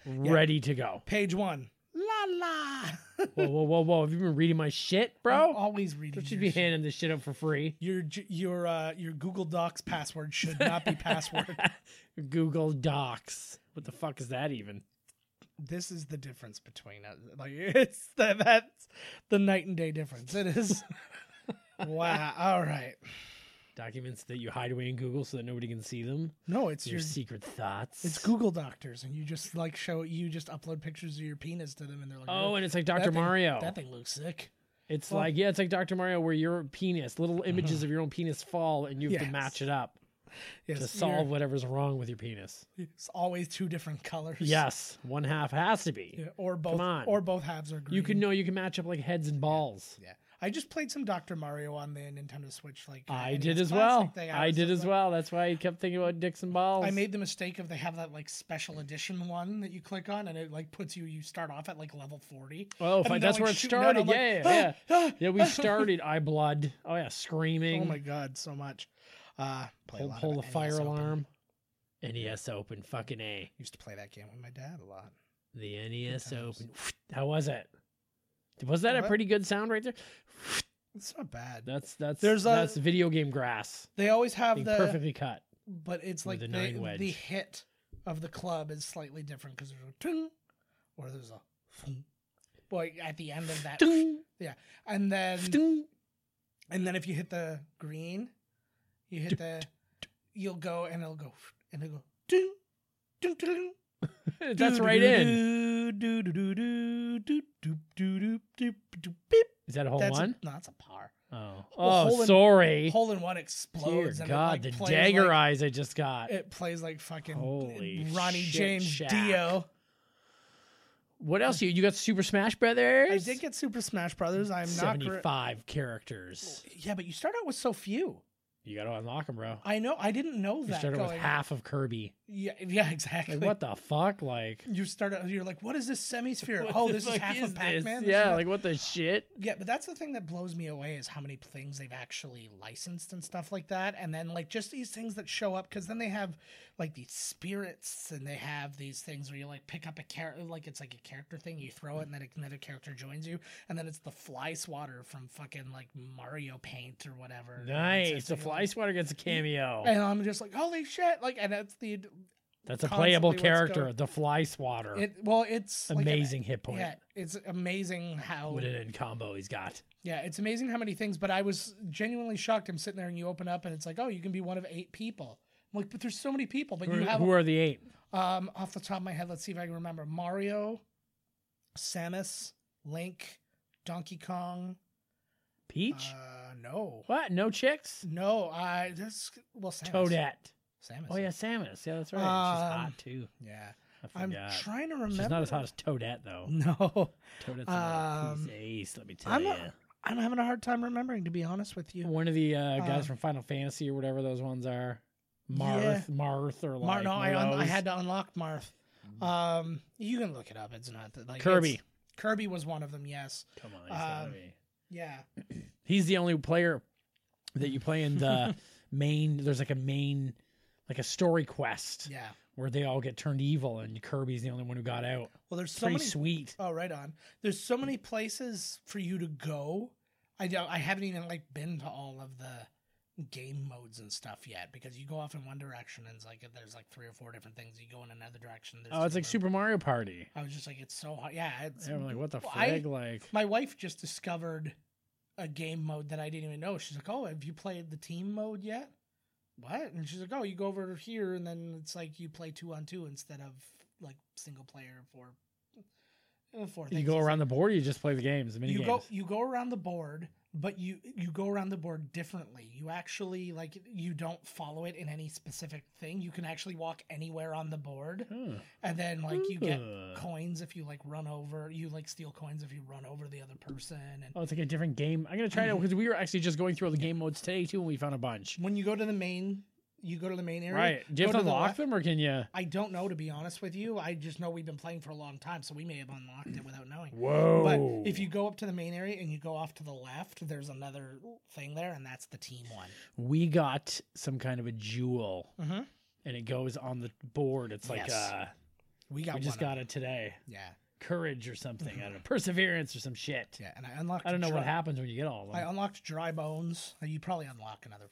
Speaker 3: Ready to go.
Speaker 2: page one. La la
Speaker 3: Whoa, whoa, whoa, whoa. Have you been reading my shit,
Speaker 2: I'm
Speaker 3: bro?
Speaker 2: always reading.
Speaker 3: You should
Speaker 2: your
Speaker 3: be
Speaker 2: shit.
Speaker 3: handing this shit up for free.
Speaker 2: your j- your uh, your Google Docs password should not be password.
Speaker 3: Google Docs. What the fuck is that even?
Speaker 2: this is the difference between us. Like it's the, that's the night and day difference. It is. wow. All right.
Speaker 3: Documents that you hide away in Google so that nobody can see them.
Speaker 2: No, it's
Speaker 3: Your,
Speaker 2: your.
Speaker 3: secret thoughts.
Speaker 2: It's Google doctors, and you just like show you just upload pictures of your penis to them, and they're like,
Speaker 3: Oh, and it's like
Speaker 2: that
Speaker 3: Dr.
Speaker 2: thing-
Speaker 3: Mario.
Speaker 2: That thing looks sick.
Speaker 3: It's
Speaker 2: Well-
Speaker 3: like yeah, it's like Doctor Mario, where your penis, little images of your own penis fall, and you have
Speaker 2: Uh-huh. Yes.
Speaker 3: to match it up
Speaker 2: Yes,
Speaker 3: to
Speaker 2: you're-
Speaker 3: solve whatever's wrong with your penis.
Speaker 2: It's always two different colors.
Speaker 3: Yes, one half has to be.
Speaker 2: Yeah, or both.
Speaker 3: on.
Speaker 2: Or both halves are green.
Speaker 3: You can know you can match up like heads and balls.
Speaker 2: Yeah. I just played some Doctor Mario on the Nintendo Switch. Like uh,
Speaker 3: I
Speaker 2: NES
Speaker 3: did as
Speaker 2: Classic
Speaker 3: well.
Speaker 2: thing.
Speaker 3: I
Speaker 2: was
Speaker 3: did
Speaker 2: just
Speaker 3: as
Speaker 2: like-
Speaker 3: well. That's why I kept thinking about dicks and balls.
Speaker 2: I made the mistake of they have that like special edition one that you click on and it like puts you you start off at like level forty.
Speaker 3: oh,
Speaker 2: And
Speaker 3: fi-
Speaker 2: then
Speaker 3: that's
Speaker 2: I'm,
Speaker 3: where
Speaker 2: like,
Speaker 3: it
Speaker 2: shooting out,
Speaker 3: started.
Speaker 2: I'm like,
Speaker 3: yeah,
Speaker 2: "Ah,
Speaker 3: yeah,
Speaker 2: ah,
Speaker 3: yeah. We started. I blood. Oh yeah,
Speaker 2: Oh
Speaker 3: screaming.
Speaker 2: my god, so much. Uh, play a
Speaker 3: pull
Speaker 2: lot
Speaker 3: pull
Speaker 2: of
Speaker 3: the
Speaker 2: NES
Speaker 3: fire
Speaker 2: Open.
Speaker 3: alarm. NES Open. Fucking a.
Speaker 2: Used to play that game with my dad a lot.
Speaker 3: The NES
Speaker 2: times.
Speaker 3: Open. How was it? Was that a
Speaker 2: What?
Speaker 3: pretty good sound right there?
Speaker 2: It's not bad.
Speaker 3: That's that's
Speaker 2: There's a-
Speaker 3: that's video game grass
Speaker 2: They always have
Speaker 3: being
Speaker 2: the
Speaker 3: perfectly cut.
Speaker 2: but it's
Speaker 3: with
Speaker 2: like
Speaker 3: the
Speaker 2: the,
Speaker 3: nine wedge.
Speaker 2: the hit of the club is slightly different because there's a ting or there's a fung. boy at the end of that
Speaker 3: Ding,
Speaker 2: and then
Speaker 3: ding.
Speaker 2: And then if you hit the green, you hit the, you'll go and it'll go and it'll go. Doo, doo, doo, doo,
Speaker 3: That's
Speaker 2: doo,
Speaker 3: right
Speaker 2: doo,
Speaker 3: in.
Speaker 2: doo, doo, doo, doo, doo, doo, doo, doo, doo, doo, beep.
Speaker 3: Is that a whole
Speaker 2: That's
Speaker 3: one?
Speaker 2: A, no, that's a par.
Speaker 3: Oh,
Speaker 2: Well, hole
Speaker 3: oh,
Speaker 2: in-
Speaker 3: sorry.
Speaker 2: Hole in one
Speaker 3: Dear
Speaker 2: explodes. and it,
Speaker 3: God,
Speaker 2: like,
Speaker 3: the
Speaker 2: plays
Speaker 3: dagger
Speaker 2: like,
Speaker 3: eyes I just got.
Speaker 2: It plays like fucking
Speaker 3: Holy
Speaker 2: Ronnie
Speaker 3: shit,
Speaker 2: James
Speaker 3: Shaq.
Speaker 2: Dio.
Speaker 3: What else? You you got Super Smash
Speaker 2: I
Speaker 3: Brothers?
Speaker 2: did get Super Smash Brothers. I'm not. gr-
Speaker 3: seventy-five characters.
Speaker 2: yeah, but you start out with so few.
Speaker 3: You got to unlock them, bro.
Speaker 2: I know. I didn't know
Speaker 3: You
Speaker 2: that.
Speaker 3: started
Speaker 2: going.
Speaker 3: with half of Kirby.
Speaker 2: Yeah, yeah, exactly.
Speaker 3: Like, what the fuck? Like,
Speaker 2: you start out, you're like, what is this semisphere?
Speaker 3: what
Speaker 2: oh,
Speaker 3: the
Speaker 2: this is
Speaker 3: fuck
Speaker 2: half
Speaker 3: is
Speaker 2: of Pac Man.
Speaker 3: This? Yeah, like what the shit?
Speaker 2: yeah, but that's the thing that blows me away is how many things they've actually licensed and stuff like that. And then, like, just these things that show up because then they have like these spirits and they have these things where you like pick up a character, like, it's like a character thing, you throw it, and then another character joins you. And then it's the fly swatter from fucking like Mario Paint or whatever.
Speaker 3: Nice. The
Speaker 2: You're
Speaker 3: Fly
Speaker 2: like-
Speaker 3: Swatter gets a cameo.
Speaker 2: And I'm just like, holy shit. Like, and that's the.
Speaker 3: That's a
Speaker 2: constantly
Speaker 3: playable
Speaker 2: what's
Speaker 3: character,
Speaker 2: going-
Speaker 3: the Fly Swatter.
Speaker 2: It, well, it's. like an-
Speaker 3: Amazing hit point.
Speaker 2: Yeah, it's amazing how.
Speaker 3: What an end combo he's got.
Speaker 2: Yeah, it's amazing how many things, but I was genuinely shocked. I'm sitting there and you open up and it's like, oh, you can be one of eight people. I'm like, but there's so many people. But
Speaker 3: Who,
Speaker 2: you have,
Speaker 3: who are the eight?
Speaker 2: um, off the top of my head, let's see if I can remember Mario, Samus, Link, Donkey Kong.
Speaker 3: Peach?
Speaker 2: Uh, no.
Speaker 3: what? No chicks?
Speaker 2: No, I, this, well, Samus.
Speaker 3: Toadette.
Speaker 2: Samus.
Speaker 3: Oh, yeah, Samus. Yeah, that's right. She's
Speaker 2: Um,
Speaker 3: hot, too.
Speaker 2: Yeah.
Speaker 3: I
Speaker 2: I'm
Speaker 3: forgot.
Speaker 2: trying to remember.
Speaker 3: She's not as hot as Toadette, though.
Speaker 2: No.
Speaker 3: Toadette's a
Speaker 2: Um,
Speaker 3: piece of ace, let me tell
Speaker 2: I'm
Speaker 3: you.
Speaker 2: a- I'm having a hard time remembering, to be honest with you.
Speaker 3: One of the uh, guys
Speaker 2: um,
Speaker 3: from Final Fantasy or whatever those ones are.
Speaker 2: Yeah.
Speaker 3: Marth, Marth, or
Speaker 2: Mar-
Speaker 3: like.
Speaker 2: no, I,
Speaker 3: one of
Speaker 2: un- I
Speaker 3: those.
Speaker 2: had to unlock Marth. Um, you can look it up. It's not that like
Speaker 3: Kirby.
Speaker 2: it's- Kirby was one of them. Yes.
Speaker 3: Come on, he's gotta
Speaker 2: um,
Speaker 3: be.
Speaker 2: Yeah.
Speaker 3: He's the only player that you play in the main. There's like a main, like a story quest
Speaker 2: Yeah.
Speaker 3: where they all get turned evil, and Kirby's the only one who got out.
Speaker 2: Well, there's
Speaker 3: It's
Speaker 2: so
Speaker 3: pretty
Speaker 2: many.
Speaker 3: sweet.
Speaker 2: Oh, right on. There's so many places for you to go. I don't. I haven't even like been to all of the game modes and stuff yet because you go off in one direction and it's like there's like three or four different things. You go in another direction. there's
Speaker 3: Oh, it's
Speaker 2: two
Speaker 3: like
Speaker 2: more-
Speaker 3: Super Mario Party.
Speaker 2: I was just like, it's so hard. Yeah, it's
Speaker 3: Yeah, I'm like, what the
Speaker 2: Well, I-
Speaker 3: frig? Like,
Speaker 2: My wife just discovered a game mode that I didn't even know. She's like, "Oh, have you played the team mode yet?" What? And she's like, "Oh, you go over here, and then it's like you play two on two instead of like single player for uh, four things."
Speaker 3: you go
Speaker 2: It's
Speaker 3: around the board, or you just play the games, the
Speaker 2: like,
Speaker 3: mini
Speaker 2: you
Speaker 3: games.
Speaker 2: go you go around the board, but you you go around the board differently. You actually like you don't follow it in any specific thing. You can actually walk anywhere on the board,
Speaker 3: Huh.
Speaker 2: and then like you get
Speaker 3: Ooh.
Speaker 2: coins if you like run over you like steal coins if you run over the other person and
Speaker 3: Oh, it's like a different game. I'm gonna try
Speaker 2: Hmm.
Speaker 3: it because we were actually just going through all the game modes today too, and we found a bunch.
Speaker 2: when you go to the main you go to the main area
Speaker 3: Right? Do you
Speaker 2: go
Speaker 3: have
Speaker 2: to
Speaker 3: to
Speaker 2: the
Speaker 3: unlock
Speaker 2: left-
Speaker 3: them, or can you?
Speaker 2: i don't know to be honest with you i just know we've been playing for a long time so we may have unlocked it without knowing
Speaker 3: Whoa!
Speaker 2: but if you go up to the main area and you go off to the left there's another thing there and that's the team one
Speaker 3: we got some kind of a jewel,
Speaker 2: Mhm.
Speaker 3: and it goes on the board. It's like
Speaker 2: Yes.
Speaker 3: uh,
Speaker 2: we got
Speaker 3: we just
Speaker 2: one of-
Speaker 3: got it today.
Speaker 2: yeah
Speaker 3: Courage or something. I don't know. Perseverance or some shit.
Speaker 2: yeah and i unlocked
Speaker 3: I don't know
Speaker 2: dry,
Speaker 3: what happens when you get all of
Speaker 2: i
Speaker 3: them.
Speaker 2: unlocked dry bones Uh, you probably unlock another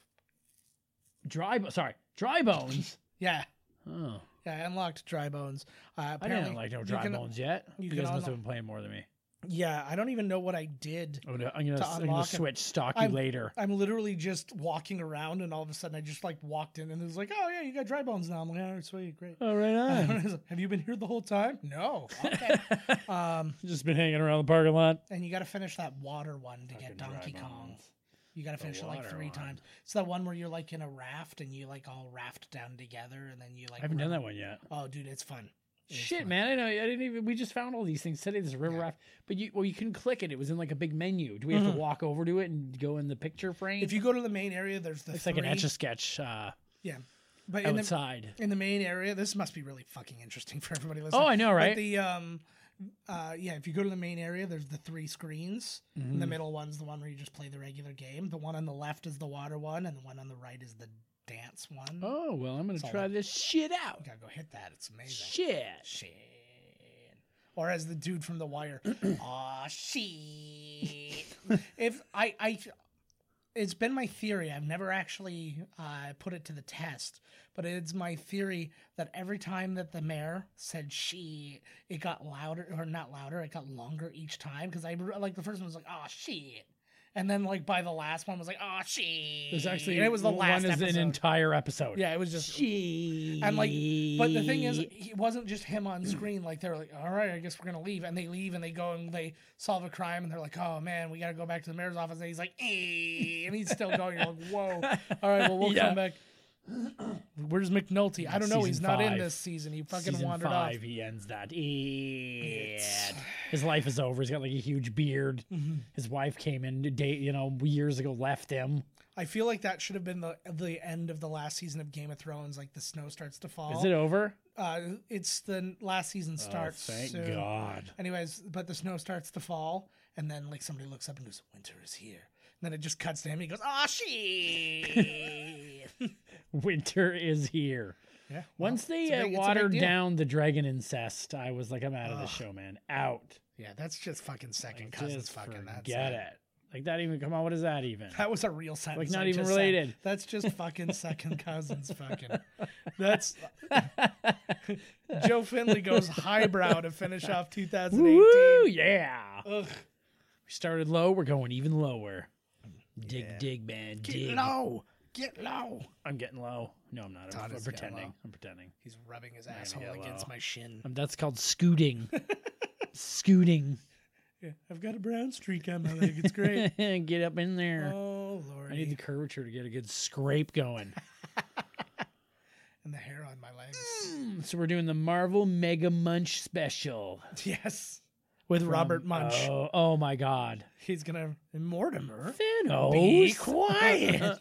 Speaker 3: dry, bo- sorry, dry bones.
Speaker 2: yeah
Speaker 3: oh,
Speaker 2: yeah i unlocked dry bones uh,
Speaker 3: I didn't
Speaker 2: apparently
Speaker 3: like no
Speaker 2: you
Speaker 3: dry
Speaker 2: can-
Speaker 3: bones yet.
Speaker 2: you
Speaker 3: You,
Speaker 2: can
Speaker 3: guys must
Speaker 2: unlock-
Speaker 3: have been playing more than me.
Speaker 2: yeah i don't even know what i did
Speaker 3: I'm gonna, I'm gonna,
Speaker 2: To
Speaker 3: I'm gonna
Speaker 2: unlock 'em.
Speaker 3: switch stock you
Speaker 2: I'm-
Speaker 3: later.
Speaker 2: I'm literally just walking around, and all of a sudden, I just like walked in, and it was like, "Oh yeah, you got dry bones now." I'm like, "All right, sweet, great."
Speaker 3: Oh, right on.
Speaker 2: Have you been here the whole time? No. Okay. um,
Speaker 3: Just been hanging around the parking lot.
Speaker 2: and you got to finish that water one to get
Speaker 3: Fucking dry
Speaker 2: Donkey Kong.
Speaker 3: bones.
Speaker 2: You got to finish it like
Speaker 3: water
Speaker 2: three
Speaker 3: one.
Speaker 2: times. It's that one where you're like in a raft and you like all raft down together, and then you like.
Speaker 3: I haven't done
Speaker 2: run-
Speaker 3: that one yet.
Speaker 2: Oh, dude, it's fun. It's
Speaker 3: Shit,
Speaker 2: fun.
Speaker 3: man! I know I didn't even. We just found all these things today. This river raft, but you well, you couldn't click it. It was in like a big menu. Do we have
Speaker 2: Mhm.
Speaker 3: to walk over to it and go in the picture frame?
Speaker 2: If you go to the main area, there's the
Speaker 3: it's
Speaker 2: three,
Speaker 3: like an etch a sketch uh,
Speaker 2: but in the,
Speaker 3: outside.
Speaker 2: in the main area, this must be really fucking interesting for everybody listening.
Speaker 3: Oh, I know,
Speaker 2: But
Speaker 3: right?
Speaker 2: the um, uh, yeah, if you go to the main area, there's the three screens.
Speaker 3: Mhm.
Speaker 2: The middle one's the one where you just play the regular game. The one on the left is the water one, and the one on the right is the dance one.
Speaker 3: Oh well, I'm gonna
Speaker 2: It's all
Speaker 3: try
Speaker 2: that-
Speaker 3: this shit
Speaker 2: You
Speaker 3: out.
Speaker 2: gotta go hit that. It's amazing.
Speaker 3: Shit.
Speaker 2: Shit. Or as the dude from The Wire, aw shit. if I I. It's been my theory. I've never actually uh, put it to the test, but it's my theory that every time that the mayor said she, it got louder or not louder. It got longer each time because I re- like the first one was like oh shit, and then like by the last one was like oh shit.
Speaker 3: There's actually
Speaker 2: and it was the last
Speaker 3: one is
Speaker 2: episode.
Speaker 3: an entire episode.
Speaker 2: yeah, it was just
Speaker 3: Shit.
Speaker 2: and like, but the thing is, he wasn't just him on
Speaker 3: Mm.
Speaker 2: screen. Like they're like, all right, I guess we're gonna leave, and they leave, and they go and they solve a crime, and they're like, oh man, we gotta go back to the mayor's office, and he's like, eh, and he's still going. You're like, whoa, all right, well we'll
Speaker 3: Yeah.
Speaker 2: come back. Where's McNulty? I don't know. He's
Speaker 3: Season
Speaker 2: not in
Speaker 3: five.
Speaker 2: this season. He fucking
Speaker 3: season
Speaker 2: wandered
Speaker 3: five,
Speaker 2: off.
Speaker 3: he ends that.
Speaker 2: It's-
Speaker 3: It. His life is over. He's got like a huge beard.
Speaker 2: Mm-hmm.
Speaker 3: His wife came in a day, you know, years ago, left him.
Speaker 2: I feel like that should have been the the end of the last season of Game of Thrones. Like the snow starts to fall.
Speaker 3: Is it over?
Speaker 2: Uh, it's the last season starts.
Speaker 3: Oh, thank
Speaker 2: soon.
Speaker 3: God.
Speaker 2: Anyways, but the snow starts to fall, and then like somebody looks up and goes, "Winter is here." And then it just cuts to him. And he goes, "Ah, shit!"
Speaker 3: Winter is here.
Speaker 2: yeah.
Speaker 3: Once
Speaker 2: it's
Speaker 3: they
Speaker 2: a big- it's
Speaker 3: uh,
Speaker 2: a big
Speaker 3: watered
Speaker 2: deal.
Speaker 3: down the dragon incest, I was like, I'm out of the
Speaker 2: Ugh.
Speaker 3: show, man. Out.
Speaker 2: yeah, that's just fucking second
Speaker 3: Like,
Speaker 2: cousins.
Speaker 3: just
Speaker 2: fucking that's
Speaker 3: forget it. Like that even. Come on, what is that even?
Speaker 2: That was a real sentence.
Speaker 3: not
Speaker 2: I
Speaker 3: even
Speaker 2: just said.
Speaker 3: related.
Speaker 2: That's just fucking second cousins. Fucking. That's Joe Finley goes highbrow to finish off 2018.
Speaker 3: Woo! Yeah.
Speaker 2: Ugh.
Speaker 3: We started low. We're going even lower. Dig, dig, man.
Speaker 2: Get
Speaker 3: Dig.
Speaker 2: low. Get low.
Speaker 3: I'm getting low. No, I'm not.
Speaker 2: Todd
Speaker 3: I'm, I'm
Speaker 2: is getting
Speaker 3: pretending.
Speaker 2: low.
Speaker 3: I'm pretending.
Speaker 2: He's rubbing his
Speaker 3: gonna
Speaker 2: asshole
Speaker 3: get
Speaker 2: against
Speaker 3: low.
Speaker 2: my shin.
Speaker 3: Um, that's called scooting. scooting.
Speaker 2: Yeah, I've got a brown streak on my leg. It's great.
Speaker 3: get up in there.
Speaker 2: Oh
Speaker 3: I need the
Speaker 2: lordy,
Speaker 3: curvature to get a good scrape going.
Speaker 2: and the hair on my legs.
Speaker 3: Mm, so we're doing the Marvel Mega Munch special
Speaker 2: yes, with
Speaker 3: Mm. from-
Speaker 2: Robert Munch.
Speaker 3: Oh, oh my God,
Speaker 2: He's gonna Mortimer.
Speaker 3: Thanos!
Speaker 2: Be quiet.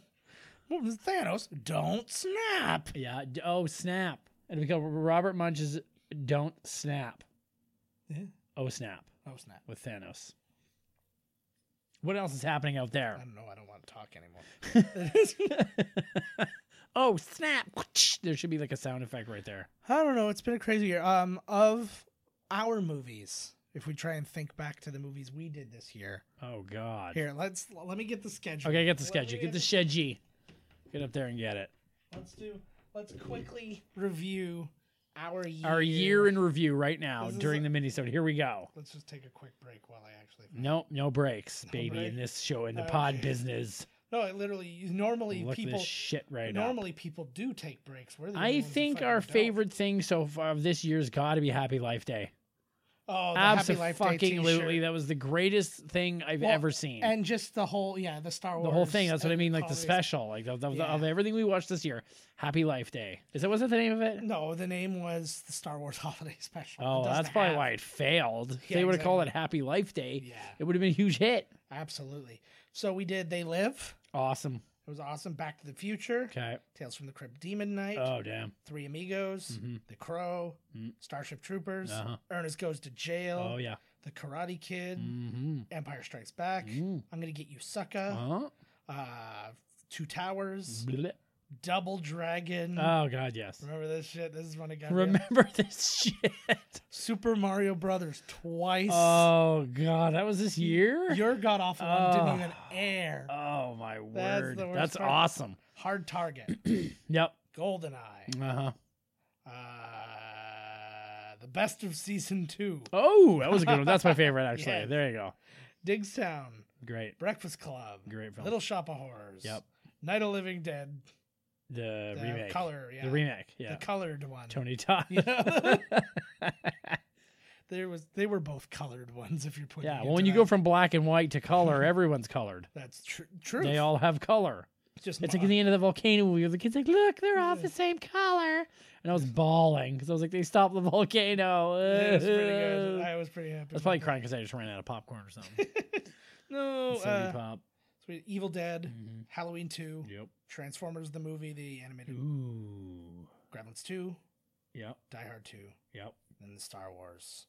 Speaker 2: What was Thanos? Don't snap.
Speaker 3: yeah. d- Oh snap! And because Robert Munch's "Don't Snap."
Speaker 2: Yeah.
Speaker 3: Oh snap!
Speaker 2: Oh snap.
Speaker 3: With Thanos. What else is happening out
Speaker 2: I
Speaker 3: there?
Speaker 2: don't know. I don't want to talk anymore.
Speaker 3: oh snap! There should be like a sound effect right there.
Speaker 2: I don't know. It's been a crazy year. Um, of our movies, if we try and think back to the movies we did this year,
Speaker 3: Oh God.
Speaker 2: here let's let me get the schedule.
Speaker 3: Okay, get the
Speaker 2: Let
Speaker 3: schedule.
Speaker 2: me
Speaker 3: Get the schedule. Get up there and get it.
Speaker 2: Let's do. Let's quickly review our year.
Speaker 3: Our year in review right now
Speaker 2: This is
Speaker 3: during
Speaker 2: a-
Speaker 3: the minisode. Here we go.
Speaker 2: Let's just take a quick break while I actually.
Speaker 3: Nope, no breaks, baby,
Speaker 2: break.
Speaker 3: in this show in the
Speaker 2: Okay.
Speaker 3: pod business.
Speaker 2: No, it literally. Normally,
Speaker 3: Look
Speaker 2: people.
Speaker 3: this shit right up.
Speaker 2: Normally, people do take breaks. We're the only
Speaker 3: I
Speaker 2: ones who
Speaker 3: think
Speaker 2: fucking
Speaker 3: our
Speaker 2: don't.
Speaker 3: favorite thing so far of this year's got to be Happy Life Day.
Speaker 2: Oh, the Happy Life Day
Speaker 3: Absolutely,
Speaker 2: t-shirt.
Speaker 3: that was the greatest thing I've
Speaker 2: Well,
Speaker 3: ever seen.
Speaker 2: And just the whole, yeah, the Star Wars.
Speaker 3: the whole thing. That's what I
Speaker 2: and
Speaker 3: mean, like the
Speaker 2: holidays.
Speaker 3: special, like of, of,
Speaker 2: Yeah.
Speaker 3: of everything we watched this year. Happy Life Day. Is that was that the name of it?
Speaker 2: No, the name was the Star Wars Holiday Special. It
Speaker 3: Oh,
Speaker 2: doesn't
Speaker 3: that's probably
Speaker 2: have-
Speaker 3: why it failed. If
Speaker 2: Yeah,
Speaker 3: they would have called it
Speaker 2: exactly.
Speaker 3: Happy Life Day,
Speaker 2: Yeah,
Speaker 3: it would have been a huge hit.
Speaker 2: absolutely. So we did They Live.
Speaker 3: Awesome.
Speaker 2: It was awesome. Back to the Future.
Speaker 3: Okay.
Speaker 2: Tales from the Crypt Demon Knight.
Speaker 3: Oh damn.
Speaker 2: Three Amigos.
Speaker 3: Mhm.
Speaker 2: The Crow.
Speaker 3: Mm.
Speaker 2: Starship Troopers.
Speaker 3: Uh-huh.
Speaker 2: Ernest Goes to Jail.
Speaker 3: Oh yeah.
Speaker 2: The Karate Kid.
Speaker 3: Mm-hmm.
Speaker 2: Empire Strikes Back.
Speaker 3: Mm.
Speaker 2: I'm Gonna Get You Sucka.
Speaker 3: Huh?
Speaker 2: Uh, Two Towers.
Speaker 3: Bleh.
Speaker 2: Double Dragon.
Speaker 3: Oh god, yes.
Speaker 2: Remember this shit? This is when it got me up.
Speaker 3: Remember this shit.
Speaker 2: Super Mario Brothers twice.
Speaker 3: Oh god, that was this year.
Speaker 2: Your god awful one didn't
Speaker 3: Oh.
Speaker 2: even air.
Speaker 3: oh my word.
Speaker 2: That's
Speaker 3: That's,
Speaker 2: the worst part.
Speaker 3: awesome.
Speaker 2: Hard Target.
Speaker 3: Yep.
Speaker 2: GoldenEye.
Speaker 3: Uh huh.
Speaker 2: Uh, the best of season two.
Speaker 3: Oh, that was a good one. That's my favorite actually.
Speaker 2: Yes.
Speaker 3: There you go.
Speaker 2: Digstown.
Speaker 3: Great.
Speaker 2: Breakfast Club.
Speaker 3: Great film.
Speaker 2: Little Shop of Horrors.
Speaker 3: Yep.
Speaker 2: Night of Living Dead.
Speaker 3: The,
Speaker 2: The
Speaker 3: remake.
Speaker 2: color. Yeah.
Speaker 3: The remake. Yeah.
Speaker 2: The colored one.
Speaker 3: Tony Todd.
Speaker 2: Yeah. There was. They were both colored ones. If you're putting.
Speaker 3: yeah.
Speaker 2: it
Speaker 3: Well, when
Speaker 2: to
Speaker 3: you go
Speaker 2: that.
Speaker 3: from black and white to color, everyone's colored.
Speaker 2: That's tr- true.
Speaker 3: They all have color.
Speaker 2: Just
Speaker 3: It's
Speaker 2: mo-
Speaker 3: like in the end of the volcano movie. where The kid's like, "Look, they're all
Speaker 2: Yeah.
Speaker 3: the same color," and I was bawling because I was like, "They stopped the volcano."
Speaker 2: It was pretty good. I was pretty happy.
Speaker 3: I was probably crying because I just ran out of popcorn or something.
Speaker 2: No.
Speaker 3: Soda
Speaker 2: Uh,
Speaker 3: pop.
Speaker 2: Sweet Evil Dead,
Speaker 3: Mhm.
Speaker 2: Halloween 2,
Speaker 3: Yep.
Speaker 2: Transformers the movie, the animated
Speaker 3: Mm-hmm. Ooh.
Speaker 2: Gremlins 2,
Speaker 3: Yep.
Speaker 2: Die Hard 2,
Speaker 3: Yep.
Speaker 2: and the Star Wars.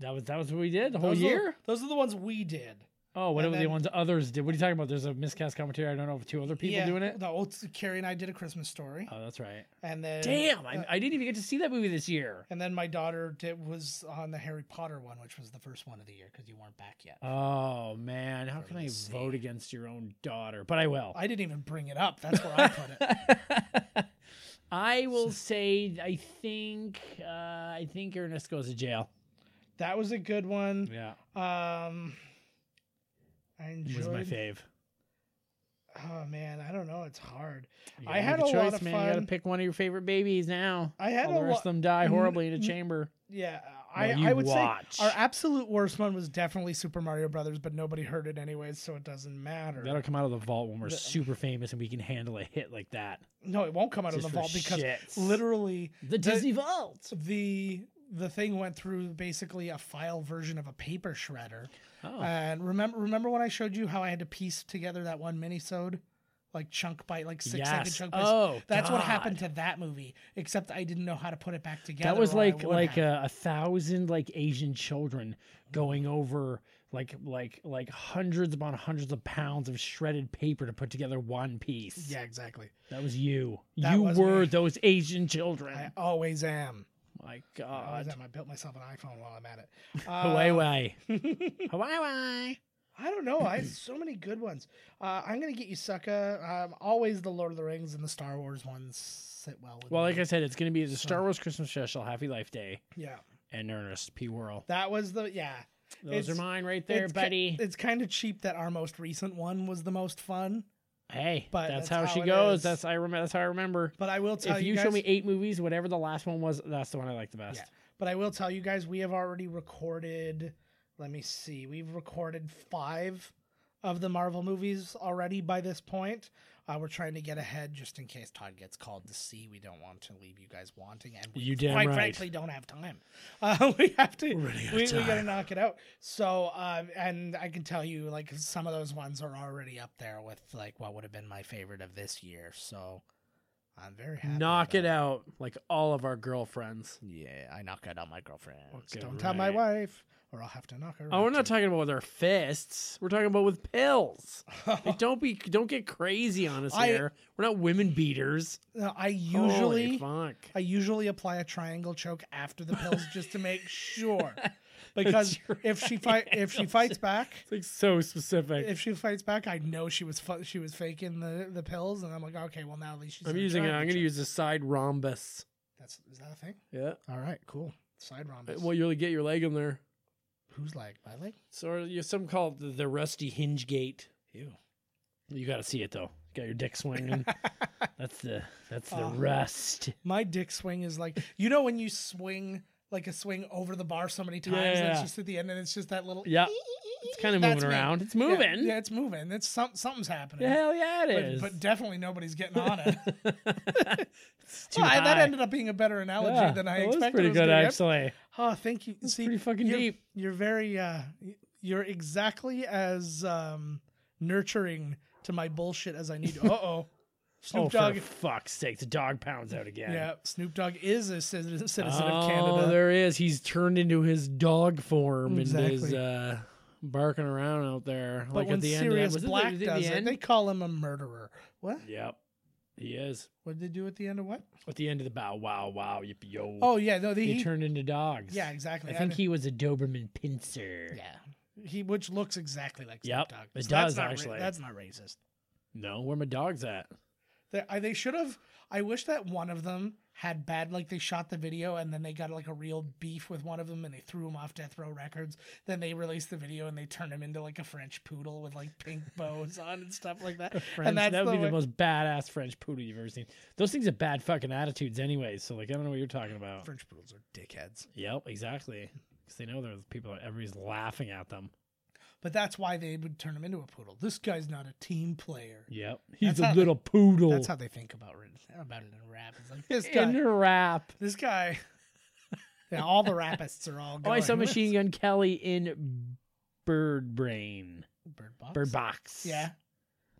Speaker 3: That was that was what we did the whole
Speaker 2: Those are the-
Speaker 3: year.
Speaker 2: those are the ones we did.
Speaker 3: Oh, what
Speaker 2: and
Speaker 3: are the
Speaker 2: then-
Speaker 3: ones others did? What are you talking about? There's a miscast commentary. I don't know if two other people
Speaker 2: Yeah,
Speaker 3: doing it.
Speaker 2: No, it's- Carrie and I did a Christmas story,
Speaker 3: Oh, that's right.
Speaker 2: and then
Speaker 3: Damn, I,
Speaker 2: uh,
Speaker 3: I didn't even get to see that movie this year.
Speaker 2: and then my daughter did, was on the Harry Potter one, which was the first one of the year because you weren't back yet.
Speaker 3: Oh man, how
Speaker 2: Let
Speaker 3: can
Speaker 2: me
Speaker 3: I
Speaker 2: see.
Speaker 3: vote against your own daughter? But I will.
Speaker 2: I didn't even bring it up. That's where I put it.
Speaker 3: I will say, I think, uh, I think Ernest goes to jail.
Speaker 2: That was a good one.
Speaker 3: Yeah,
Speaker 2: Um, I
Speaker 3: it was
Speaker 2: enjoyed.
Speaker 3: my fave.
Speaker 2: Oh man, I don't know. It's hard.
Speaker 3: You
Speaker 2: I
Speaker 3: gotta
Speaker 2: had
Speaker 3: make
Speaker 2: a lot of
Speaker 3: You gotta
Speaker 2: fun.
Speaker 3: pick one of your favorite babies now.
Speaker 2: I had
Speaker 3: All the
Speaker 2: a
Speaker 3: rest
Speaker 2: lot.
Speaker 3: of them die horribly in a
Speaker 2: n-
Speaker 3: chamber.
Speaker 2: Yeah,
Speaker 3: Well,
Speaker 2: I,
Speaker 3: you
Speaker 2: I would
Speaker 3: watch.
Speaker 2: say our absolute worst one was definitely Super Mario Brothers, but nobody heard it anyways, so it doesn't matter.
Speaker 3: That'll come out of the vault when we're
Speaker 2: The-
Speaker 3: super famous and we can handle a hit like that.
Speaker 2: no, it won't come out of
Speaker 3: Just
Speaker 2: the
Speaker 3: for
Speaker 2: vault because
Speaker 3: shits.
Speaker 2: literally
Speaker 3: the Disney Vault.
Speaker 2: the the thing went through basically a file version of a paper shredder.
Speaker 3: Oh,
Speaker 2: And remember remember when I showed you how I had to piece together that one minisode? Like chunk by like six second
Speaker 3: yes.
Speaker 2: chunk by
Speaker 3: Oh,
Speaker 2: That's what
Speaker 3: God.
Speaker 2: happened to that movie, except I didn't know how to put it back together.
Speaker 3: That was
Speaker 2: or I
Speaker 3: like
Speaker 2: would
Speaker 3: like
Speaker 2: have.
Speaker 3: a, a thousand like Asian children going over like like like hundreds upon hundreds of pounds of shredded paper to put together one piece.
Speaker 2: Yeah, exactly.
Speaker 3: that was you.
Speaker 2: That
Speaker 3: you
Speaker 2: was
Speaker 3: were
Speaker 2: me.
Speaker 3: those Asian children.
Speaker 2: I always am.
Speaker 3: My
Speaker 2: I always
Speaker 3: God,
Speaker 2: am. I built myself an iPhone while I'm at it.
Speaker 3: Hawaii,
Speaker 2: Uh,
Speaker 3: Hawaii, Hawaii.
Speaker 2: I don't know. I have so many good ones. Uh, I'm gonna get you, sucker. Um, always the Lord of the Rings and the Star Wars ones sit well. With
Speaker 3: Well,
Speaker 2: me.
Speaker 3: like I said, it's gonna be the
Speaker 2: So-
Speaker 3: Star Wars Christmas special, Happy Life Day,
Speaker 2: yeah,
Speaker 3: and Ernest P. Whirl.
Speaker 2: that was the yeah.
Speaker 3: Those
Speaker 2: It's-
Speaker 3: are mine right there,
Speaker 2: it's ki-
Speaker 3: buddy.
Speaker 2: it's kind of cheap that our most recent one was the most fun,
Speaker 3: hey,
Speaker 2: but
Speaker 3: that's,
Speaker 2: that's
Speaker 3: how,
Speaker 2: how
Speaker 3: she
Speaker 2: it
Speaker 3: goes.
Speaker 2: is.
Speaker 3: That's I remember. That's how I remember.
Speaker 2: but I will tell
Speaker 3: if you, show
Speaker 2: Oh, guys-
Speaker 3: me eight movies, whatever the last one was, that's the one I like the best.
Speaker 2: Yeah. But I will tell you guys, we have already recorded. Let me see. We've recorded five of the Marvel movies already by this point. Uh, we're trying to get ahead just in case Todd gets called to see. We don't want to leave you guys wanting, and we
Speaker 3: You damn
Speaker 2: quite
Speaker 3: right.
Speaker 2: frankly don't have time. Uh, we have to.
Speaker 3: We're running out of
Speaker 2: we, we gotta
Speaker 3: time.
Speaker 2: knock it out. So, um, and I can tell you, like some of those ones are already up there with like what would have been my favorite of this year. So, I'm very happy.
Speaker 3: Knock
Speaker 2: about
Speaker 3: it out like all of our girlfriends.
Speaker 2: yeah, I knock out on my girlfriends.
Speaker 3: Fucking
Speaker 2: Don't tell my
Speaker 3: right.
Speaker 2: wife, or I'll have to knock her.
Speaker 3: Oh,
Speaker 2: out,
Speaker 3: we're not
Speaker 2: too.
Speaker 3: talking about with our fists. We're talking about with pills. Like, don't be, don't get crazy on us
Speaker 2: I-
Speaker 3: here. We're not women beaters.
Speaker 2: No, I
Speaker 3: Holy
Speaker 2: usually,
Speaker 3: fuck.
Speaker 2: I usually apply a triangle choke after the pills just to make sure. because
Speaker 3: That's your
Speaker 2: if she fight if she fights back,
Speaker 3: It's like so specific.
Speaker 2: if she fights back, I know she was fu- she was faking the, the pills, and I'm like, okay, well now at least she's.
Speaker 3: I'm
Speaker 2: in a
Speaker 3: using it.
Speaker 2: trial
Speaker 3: I'm going to
Speaker 2: picture.
Speaker 3: use a side rhombus.
Speaker 2: That's is that a thing?
Speaker 3: Yeah.
Speaker 2: All right, cool. Side rhombus.
Speaker 3: Uh, Well, you'll get your leg in there.
Speaker 2: Who's like my leg?
Speaker 3: So you some call it the, the rusty hinge gate.
Speaker 2: You.
Speaker 3: You got to see it though. Got your dick swinging. that's the that's the
Speaker 2: Oh.
Speaker 3: rust.
Speaker 2: My dick swing is like you know when you swing like a swing over the bar so many times, and it's
Speaker 3: Yeah.
Speaker 2: just at the end, and it's just that little.
Speaker 3: Yeah. It's kind of
Speaker 2: That's
Speaker 3: moving
Speaker 2: me.
Speaker 3: around. It's
Speaker 2: Yeah,
Speaker 3: moving.
Speaker 2: Yeah, it's moving. It's some something's happening.
Speaker 3: Hell yeah, it
Speaker 2: But,
Speaker 3: is.
Speaker 2: but definitely nobody's getting on it.
Speaker 3: It's too
Speaker 2: Well, I- that
Speaker 3: high.
Speaker 2: ended up being a better analogy
Speaker 3: Yeah,
Speaker 2: than I
Speaker 3: that was
Speaker 2: expected.
Speaker 3: pretty
Speaker 2: it was
Speaker 3: good,
Speaker 2: gonna be.
Speaker 3: actually.
Speaker 2: Oh, thank you.
Speaker 3: It's
Speaker 2: See,
Speaker 3: pretty fucking
Speaker 2: you're,
Speaker 3: deep.
Speaker 2: You're very, uh, y- you're exactly as um, nurturing to my bullshit as I need. Uh oh, Snoop
Speaker 3: oh,
Speaker 2: Dogg.
Speaker 3: for fuck's sake, the dog pounds out again.
Speaker 2: Yeah, Snoop Dogg is a citizen, citizen
Speaker 3: oh,
Speaker 2: of Canada.
Speaker 3: there he is. He's turned into his dog form and is
Speaker 2: Exactly.
Speaker 3: uh, barking around out there.
Speaker 2: But
Speaker 3: like
Speaker 2: when
Speaker 3: at the end, of
Speaker 2: Sirius
Speaker 3: that, was
Speaker 2: Black
Speaker 3: it the, was
Speaker 2: does
Speaker 3: it, the
Speaker 2: it,
Speaker 3: end?
Speaker 2: they call him a murderer. What?
Speaker 3: Yep, he is.
Speaker 2: What did they do at the end of what?
Speaker 3: At the end of the bow, wow, wow, yip, yo.
Speaker 2: Oh yeah, no, the,
Speaker 3: they
Speaker 2: he,
Speaker 3: turned into dogs.
Speaker 2: yeah, exactly.
Speaker 3: I think he was a Doberman pincer.
Speaker 2: yeah, he which looks exactly like Snoop
Speaker 3: Yep,
Speaker 2: Dogg.
Speaker 3: it
Speaker 2: So
Speaker 3: does,
Speaker 2: that's not ra-
Speaker 3: actually.
Speaker 2: that's not racist.
Speaker 3: No, where my dogs at?
Speaker 2: They, I, they should have. I wish that one of them had bad, like they shot the video and then they got like a real beef with one of them and they threw him off Death Row Records. Then they released the video and they turned him into like a French poodle with like pink bows on and stuff like that.
Speaker 3: French,
Speaker 2: that's
Speaker 3: that
Speaker 2: the
Speaker 3: would be the
Speaker 2: way-
Speaker 3: most badass French poodle you've ever seen. Those things have bad fucking attitudes, anyway. So like, I don't know what you're talking about.
Speaker 2: French poodles are dickheads.
Speaker 3: Yep, exactly. Because they know there's people. Everybody's laughing at them.
Speaker 2: But that's why they would turn him into a poodle. This guy's not a team player.
Speaker 3: Yep, he's
Speaker 2: That's
Speaker 3: a
Speaker 2: how-
Speaker 3: little poodle.
Speaker 2: That's how they think about it, about it in rap. It's like this guy,
Speaker 3: in a rap.
Speaker 2: this guy. Yeah, all the rapists are all.
Speaker 3: Oh,
Speaker 2: Going,
Speaker 3: I saw Machine Gun Kelly in Bird Brain,
Speaker 2: Bird Box.
Speaker 3: Bird Box.
Speaker 2: Yeah.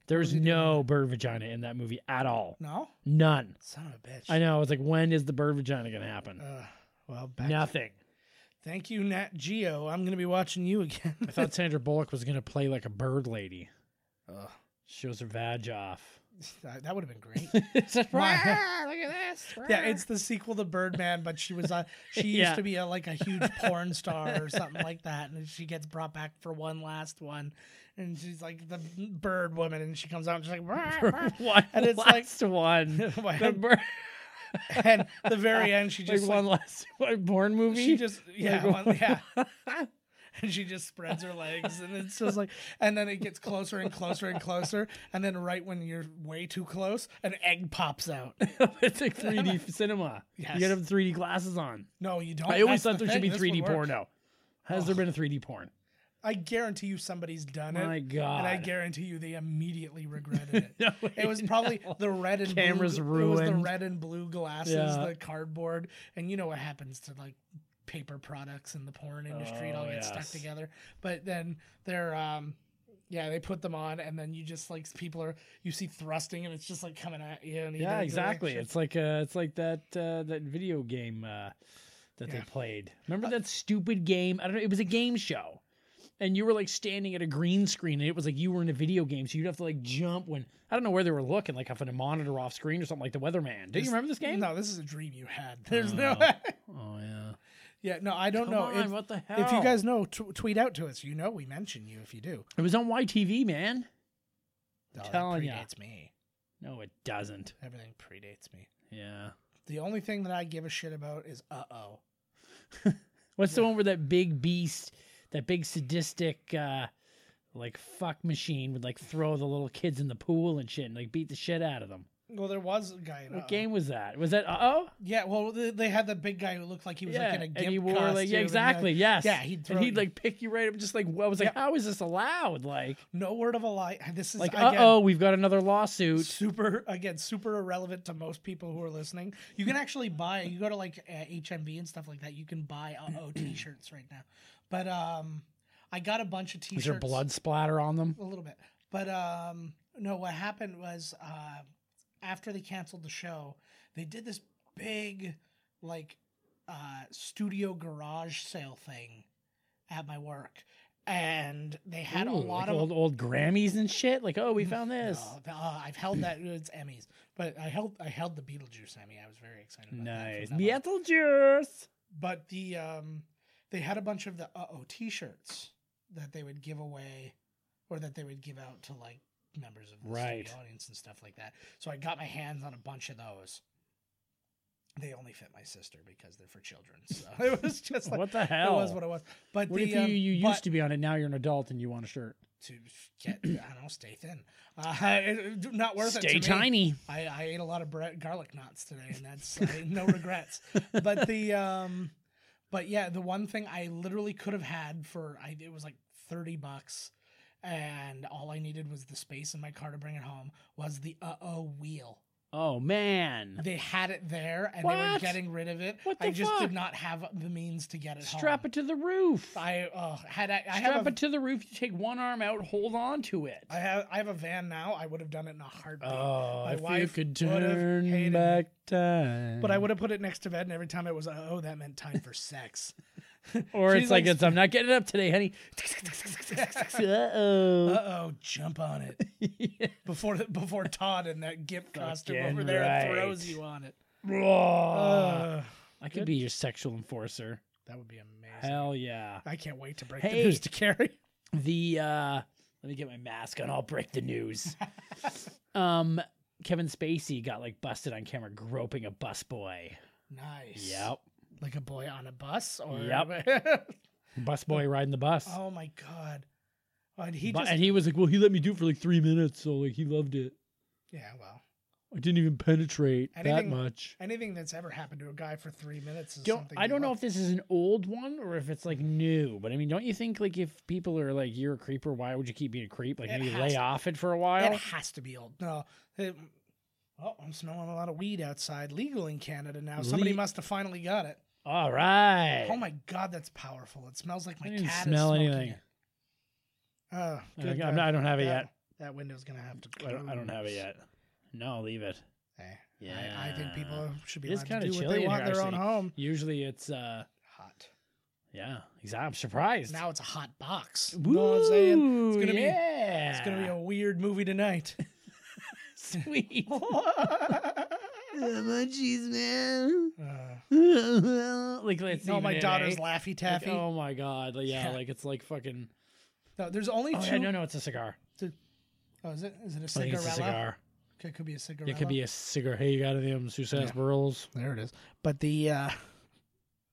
Speaker 3: there's
Speaker 2: he doing
Speaker 3: no bird vagina in that movie at all.
Speaker 2: No.
Speaker 3: None.
Speaker 2: Son of a bitch.
Speaker 3: I know. It's like, when is the bird vagina gonna happen?
Speaker 2: Uh, well, back
Speaker 3: Nothing.
Speaker 2: Thank you, Nat Geo. I'm going to be watching you again.
Speaker 3: I thought Sandra Bullock was gonna play like a bird lady.
Speaker 2: Ugh.
Speaker 3: Shows her vag off.
Speaker 2: that, that would have been great.
Speaker 3: it's like,
Speaker 2: My-
Speaker 3: "Rah, look at this.
Speaker 2: yeah,
Speaker 3: rah."
Speaker 2: it's the sequel to Birdman, but she was uh, she
Speaker 3: Yeah.
Speaker 2: used to be a, like a huge porn star or something like that, and she gets brought back for one last one, and she's like the bird woman, and she comes out and she's like, "Rah, rah."
Speaker 3: one
Speaker 2: and it's like-
Speaker 3: last one. The
Speaker 2: and,
Speaker 3: bird,
Speaker 2: and the very end, she
Speaker 3: like
Speaker 2: just
Speaker 3: one
Speaker 2: like,
Speaker 3: last one porn movie.
Speaker 2: she just yeah
Speaker 3: Like,
Speaker 2: one, yeah. and she just spreads her legs and it's just like and then it gets closer and closer and closer and then right when you're way too close an egg pops out
Speaker 3: it's like 3D cinema.
Speaker 2: Yes.
Speaker 3: You gotta have 3D glasses on.
Speaker 2: no you don't
Speaker 3: I always
Speaker 2: That's
Speaker 3: thought there
Speaker 2: the
Speaker 3: should be
Speaker 2: thing. This would
Speaker 3: 3D
Speaker 2: work.
Speaker 3: porno. Has there been a 3D porn?
Speaker 2: i guarantee you somebody's done it
Speaker 3: My God.
Speaker 2: and i guarantee you they immediately regretted it
Speaker 3: No,
Speaker 2: It was probably
Speaker 3: no.
Speaker 2: the red and
Speaker 3: Camera's
Speaker 2: blue, It was the
Speaker 3: ruined.
Speaker 2: red and blue glasses,
Speaker 3: Yeah.
Speaker 2: the cardboard, and you know what happens to like paper products in the porn industry. it all
Speaker 3: Oh,
Speaker 2: gets stuck
Speaker 3: yes.
Speaker 2: together. But then they're, um, yeah, they put them on, and then you just like people are you see thrusting, and it's just like coming at you. And
Speaker 3: Yeah, exactly. It's like uh, it's like that uh, that video game uh, that they
Speaker 2: Yeah. Uh,
Speaker 3: played. Remember that stupid game? I don't know. It was a game show, and you were like standing at a green screen, and it was like you were in a video game, so you'd have to like jump when I don't know where they were looking, like off in a monitor off screen or something like the Weatherman. Do you
Speaker 2: This-
Speaker 3: remember this game?
Speaker 2: No, this is a dream you had. There's
Speaker 3: Oh.
Speaker 2: no,
Speaker 3: Oh yeah.
Speaker 2: yeah, no, I don't
Speaker 3: Come
Speaker 2: know.
Speaker 3: on,
Speaker 2: If-
Speaker 3: what the hell?
Speaker 2: if you guys know, t- tweet out to us. You know, we mention you if you do.
Speaker 3: it was on YTV, man.
Speaker 2: No, that
Speaker 3: telling ya.
Speaker 2: predates me.
Speaker 3: No, it doesn't.
Speaker 2: Everything predates me.
Speaker 3: Yeah.
Speaker 2: The only thing that I give a shit about is uh oh.
Speaker 3: What's the one where that big beast, that big sadistic, uh, like fuck machine would like throw the little kids in the pool and shit and like beat the shit out of them?
Speaker 2: Well, there was a guy in
Speaker 3: What
Speaker 2: Uh-Oh.
Speaker 3: game was that? Was that uh oh?
Speaker 2: Yeah, well, th- they had the big guy who looked like he was
Speaker 3: Yeah,
Speaker 2: like in a gimp
Speaker 3: and he wore
Speaker 2: costume.
Speaker 3: like yeah,
Speaker 2: and,
Speaker 3: exactly yes
Speaker 2: yeah, he'd throw
Speaker 3: and he'd
Speaker 2: it.
Speaker 3: like pick you right up just like what I was like
Speaker 2: Yeah.
Speaker 3: how is this allowed like
Speaker 2: no word of a lie. This is
Speaker 3: like uh
Speaker 2: again
Speaker 3: oh we've got another lawsuit
Speaker 2: super again super irrelevant to most people who are listening. You can actually buy. You go to like uh, HMV and stuff like that. You can buy uh oh t-shirts right now. But um, I got a bunch of
Speaker 3: is
Speaker 2: t-shirts.
Speaker 3: there blood splatter on them
Speaker 2: a little bit. But um, no, what happened was uh, after they canceled the show, they did this big like uh, studio garage sale thing at my work, and they had a
Speaker 3: Ooh,
Speaker 2: lot
Speaker 3: like
Speaker 2: of Mm-hmm.
Speaker 3: old old Grammys and shit like oh we found this
Speaker 2: No, uh, I've held that it's Emmys, but I held I held the Beetlejuice Emmy. I was very excited. About that from
Speaker 3: nice
Speaker 2: that one.
Speaker 3: Beetlejuice
Speaker 2: But the um, they had a bunch of the uh oh t-shirts that they would give away or that they would give out to like members of the
Speaker 3: Right.
Speaker 2: studio audience and stuff like that. So I got my hands on a bunch of those. They only fit my sister because they're for children. So it was just like
Speaker 3: what the
Speaker 2: it
Speaker 3: hell?
Speaker 2: was what it was. But
Speaker 4: What
Speaker 2: the,
Speaker 4: if you,
Speaker 2: um,
Speaker 4: you
Speaker 2: but-
Speaker 4: used to be on it? Now you're an adult and you want a shirt.
Speaker 2: to get I don't know, stay thin. Uh, it- not worth it. to
Speaker 4: Stay
Speaker 2: me.
Speaker 4: tiny.
Speaker 2: I, I ate a lot of bre- garlic knots today, and that's I, no regrets. But the um, but yeah, the one thing I literally could have had for I it was like thirty bucks, and all I needed was the space in my car to bring it home was the uh oh wheel.
Speaker 4: Oh man.
Speaker 2: They had it there, and they were
Speaker 3: What?
Speaker 2: getting rid of it.
Speaker 3: What
Speaker 2: I
Speaker 3: the
Speaker 2: just
Speaker 3: fuck?
Speaker 2: did not have the means to get it
Speaker 3: Strap
Speaker 2: home.
Speaker 3: it to the roof.
Speaker 2: I uh, had I, I
Speaker 4: Strap
Speaker 2: have a,
Speaker 4: it to the roof. You take one arm out, hold on to it.
Speaker 2: I have I have a van now. I would have done it in a heartbeat.
Speaker 4: Oh,
Speaker 2: My wife would have hated me.
Speaker 4: time.
Speaker 3: Mm.
Speaker 2: But I would have put it next to bed, and every time it was, oh, that meant time for sex.
Speaker 3: or
Speaker 2: She's
Speaker 3: it's like,
Speaker 2: like-
Speaker 3: it's, I'm not getting up today, honey. Uh
Speaker 2: uh
Speaker 3: oh.
Speaker 2: oh, jump on it before before Todd in that gimp costume
Speaker 3: Fucking
Speaker 2: over there and
Speaker 3: right.
Speaker 2: throws you on it. Ugh.
Speaker 3: I could be your sexual enforcer.
Speaker 2: that would be amazing.
Speaker 3: Hell yeah.
Speaker 2: I can't wait to break
Speaker 3: Hey.
Speaker 2: the news to Carrie.
Speaker 3: The uh let me get my mask on, I'll break the news. um Kevin Spacey got like busted on camera groping a busboy.
Speaker 2: Nice.
Speaker 3: Yep.
Speaker 2: Like a boy on a bus, or
Speaker 3: Yep. Busboy riding the bus.
Speaker 2: oh my god. Oh, and he
Speaker 3: Bu-
Speaker 2: just
Speaker 3: and he was like, Well, he let me do it for like three minutes, so like he loved it.
Speaker 2: yeah. Well,
Speaker 3: I didn't even penetrate that
Speaker 2: Anything-
Speaker 3: much.
Speaker 2: anything that's ever happened to a guy for three minutes is
Speaker 3: Don't
Speaker 2: something.
Speaker 3: I
Speaker 2: you
Speaker 3: don't know
Speaker 2: love.
Speaker 3: if this is an old one or if it's like new, but I mean, don't you think like if people are like you're a creeper, why would you keep being a creep? Like
Speaker 2: It
Speaker 3: maybe
Speaker 2: has
Speaker 3: lay
Speaker 2: to-
Speaker 3: off it for a while.
Speaker 2: It has to be old. No. it- oh, I'm smelling a lot of weed outside. Legal in Canada now. Somebody
Speaker 3: Le-
Speaker 2: must have finally got it.
Speaker 3: All right.
Speaker 2: Oh my god, that's powerful. It smells like my
Speaker 3: I didn't
Speaker 2: cat
Speaker 3: smell
Speaker 2: is smoking
Speaker 3: anything.
Speaker 2: it. Oh,
Speaker 3: I
Speaker 2: good,
Speaker 3: don't- I'm
Speaker 2: uh,
Speaker 3: not- I don't have it
Speaker 2: that,
Speaker 3: yet.
Speaker 2: That window's gonna have to.
Speaker 3: I don't, I don't have it
Speaker 2: close.
Speaker 3: yet. No, I'll leave it.
Speaker 2: Eh, I, I think people should be
Speaker 3: It is
Speaker 2: allowed
Speaker 3: kinda
Speaker 2: to do what
Speaker 3: chilly
Speaker 2: they
Speaker 3: in
Speaker 2: want in
Speaker 3: here,
Speaker 2: their own
Speaker 3: actually.
Speaker 2: home.
Speaker 3: Usually it's uh
Speaker 2: Hot.
Speaker 3: yeah. Exactly. I'm surprised.
Speaker 2: Now it's a hot box.
Speaker 3: Woo,
Speaker 2: know what I'm saying? It's gonna be-
Speaker 3: yeah.
Speaker 2: It's gonna be a weird movie tonight.
Speaker 3: sweet.
Speaker 2: Uh,
Speaker 3: like let's
Speaker 2: no,
Speaker 3: even
Speaker 2: my
Speaker 3: it,
Speaker 2: daughter's
Speaker 3: eh?
Speaker 2: Laffy
Speaker 3: Like,
Speaker 2: Taffy.
Speaker 3: oh my god. Like, yeah,
Speaker 2: Yeah.
Speaker 3: like it's like fucking
Speaker 2: no, there's only
Speaker 3: Oh
Speaker 2: two.
Speaker 3: yeah, no no, it's a cigar.
Speaker 2: Oh, is it? Is it a
Speaker 3: I think it's a
Speaker 2: cigarella?
Speaker 3: cigar.
Speaker 2: It could be a cigarella.
Speaker 3: It could be a cigar. Hey, you got any um, of them sarsaparillas?
Speaker 2: There it is. But the uh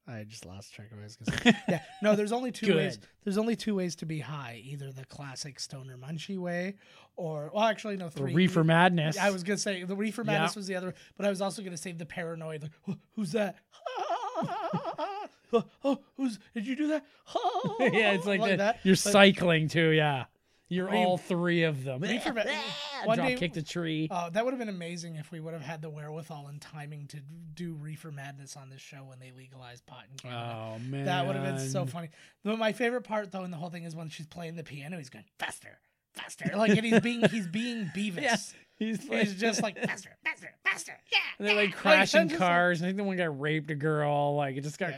Speaker 2: I just lost track of what I was gonna say. yeah. No, there's only two ways.
Speaker 3: Good.
Speaker 2: There's only two ways to be high. Either the classic stoner munchie way or well actually no
Speaker 3: Or
Speaker 2: three
Speaker 3: Reefer Madness.
Speaker 2: I was gonna say the reefer madness
Speaker 3: Yeah.
Speaker 2: was the other but I was also gonna say the paranoid like "Wh- who's that? oh, oh, who's did you do that?
Speaker 3: yeah, it's like, the-
Speaker 2: that.
Speaker 3: You're
Speaker 2: But-
Speaker 3: cycling too, yeah. You're
Speaker 2: Re-
Speaker 3: all three of them.
Speaker 2: Reefer Ma-
Speaker 3: One
Speaker 2: One
Speaker 3: Drop
Speaker 2: day-
Speaker 3: kick the tree.
Speaker 2: Oh, that would have been amazing if we would have had the wherewithal and timing to do reefer madness on this show when they legalized pot in Canada.
Speaker 3: oh man,
Speaker 2: That would have been so funny. But my favorite part though in the whole thing is when she's playing the piano, he's going faster, faster. Like and he's being he's being Beavis.
Speaker 3: He's,
Speaker 2: He's just like faster, faster, faster. Yeah.
Speaker 3: and they're like
Speaker 2: yeah."
Speaker 3: crashing
Speaker 2: I'm just like-
Speaker 3: cars. I think the one guy raped a girl. Like it just got
Speaker 2: Yeah.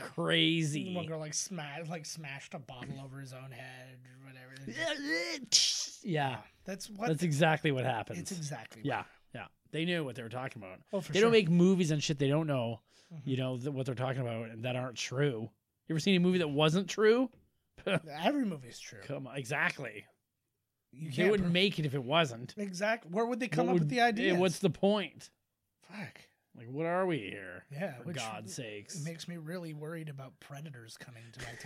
Speaker 3: crazy.
Speaker 2: One girl like smashed like smashed a bottle over his own head or whatever. It's just-
Speaker 3: yeah,
Speaker 2: That's what
Speaker 3: that's exactly what happens.
Speaker 2: it's exactly. what-
Speaker 3: yeah, yeah. They knew what they were talking about.
Speaker 2: Oh, for
Speaker 3: they
Speaker 2: sure. Mm-hmm.
Speaker 3: don't make movies and shit. They don't know, you know, th- what they're talking about and that aren't true. You ever seen a movie that wasn't true?
Speaker 2: Every movie's true.
Speaker 3: Come on, exactly.
Speaker 2: You
Speaker 3: They wouldn't
Speaker 2: pro-
Speaker 3: make it if it wasn't.
Speaker 2: exact. Where would they come
Speaker 3: What
Speaker 2: up
Speaker 3: would-
Speaker 2: with the
Speaker 3: yeah,
Speaker 2: idea?
Speaker 3: What's the point?
Speaker 2: fuck?
Speaker 3: Like, what are we here?
Speaker 2: Yeah,
Speaker 3: For
Speaker 2: which
Speaker 3: God's sakes.
Speaker 2: makes me really worried about predators coming to my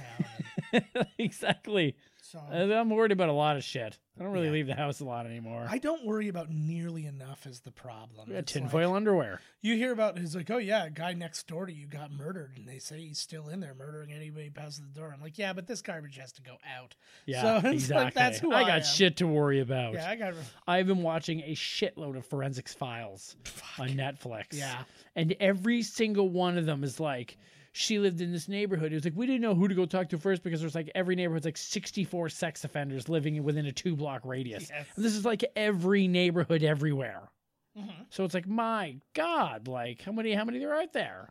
Speaker 2: town. and
Speaker 3: exactly.
Speaker 2: so
Speaker 3: And I'm worried about a lot of shit. I don't really
Speaker 2: Oh. Yeah.
Speaker 3: leave the house a lot anymore.
Speaker 2: I don't worry about nearly enough is the problem.
Speaker 3: Yeah,
Speaker 2: It's
Speaker 3: tinfoil
Speaker 2: like-
Speaker 3: underwear.
Speaker 2: you hear about it's like, oh yeah, a guy next door to you got murdered, and they say he's still in there murdering anybody who passes the door. I'm like, yeah, but this garbage has to go out.
Speaker 3: Yeah,
Speaker 2: So it's
Speaker 3: exactly.
Speaker 2: like, that's who
Speaker 3: I,
Speaker 2: I
Speaker 3: got
Speaker 2: am.
Speaker 3: shit to worry about.
Speaker 2: Yeah, I got.
Speaker 3: I've been watching a shitload of forensics files on Netflix.
Speaker 2: Yeah,
Speaker 3: And every single one of them is like, she lived in this neighborhood. It was like, we didn't know who to go talk to first because there's like every neighborhood's like 64 sex offenders living within a two block radius.
Speaker 2: Yes.
Speaker 3: And this is like every neighborhood everywhere.
Speaker 2: Mhm.
Speaker 3: So it's like, my God, like how many, how many there are out there?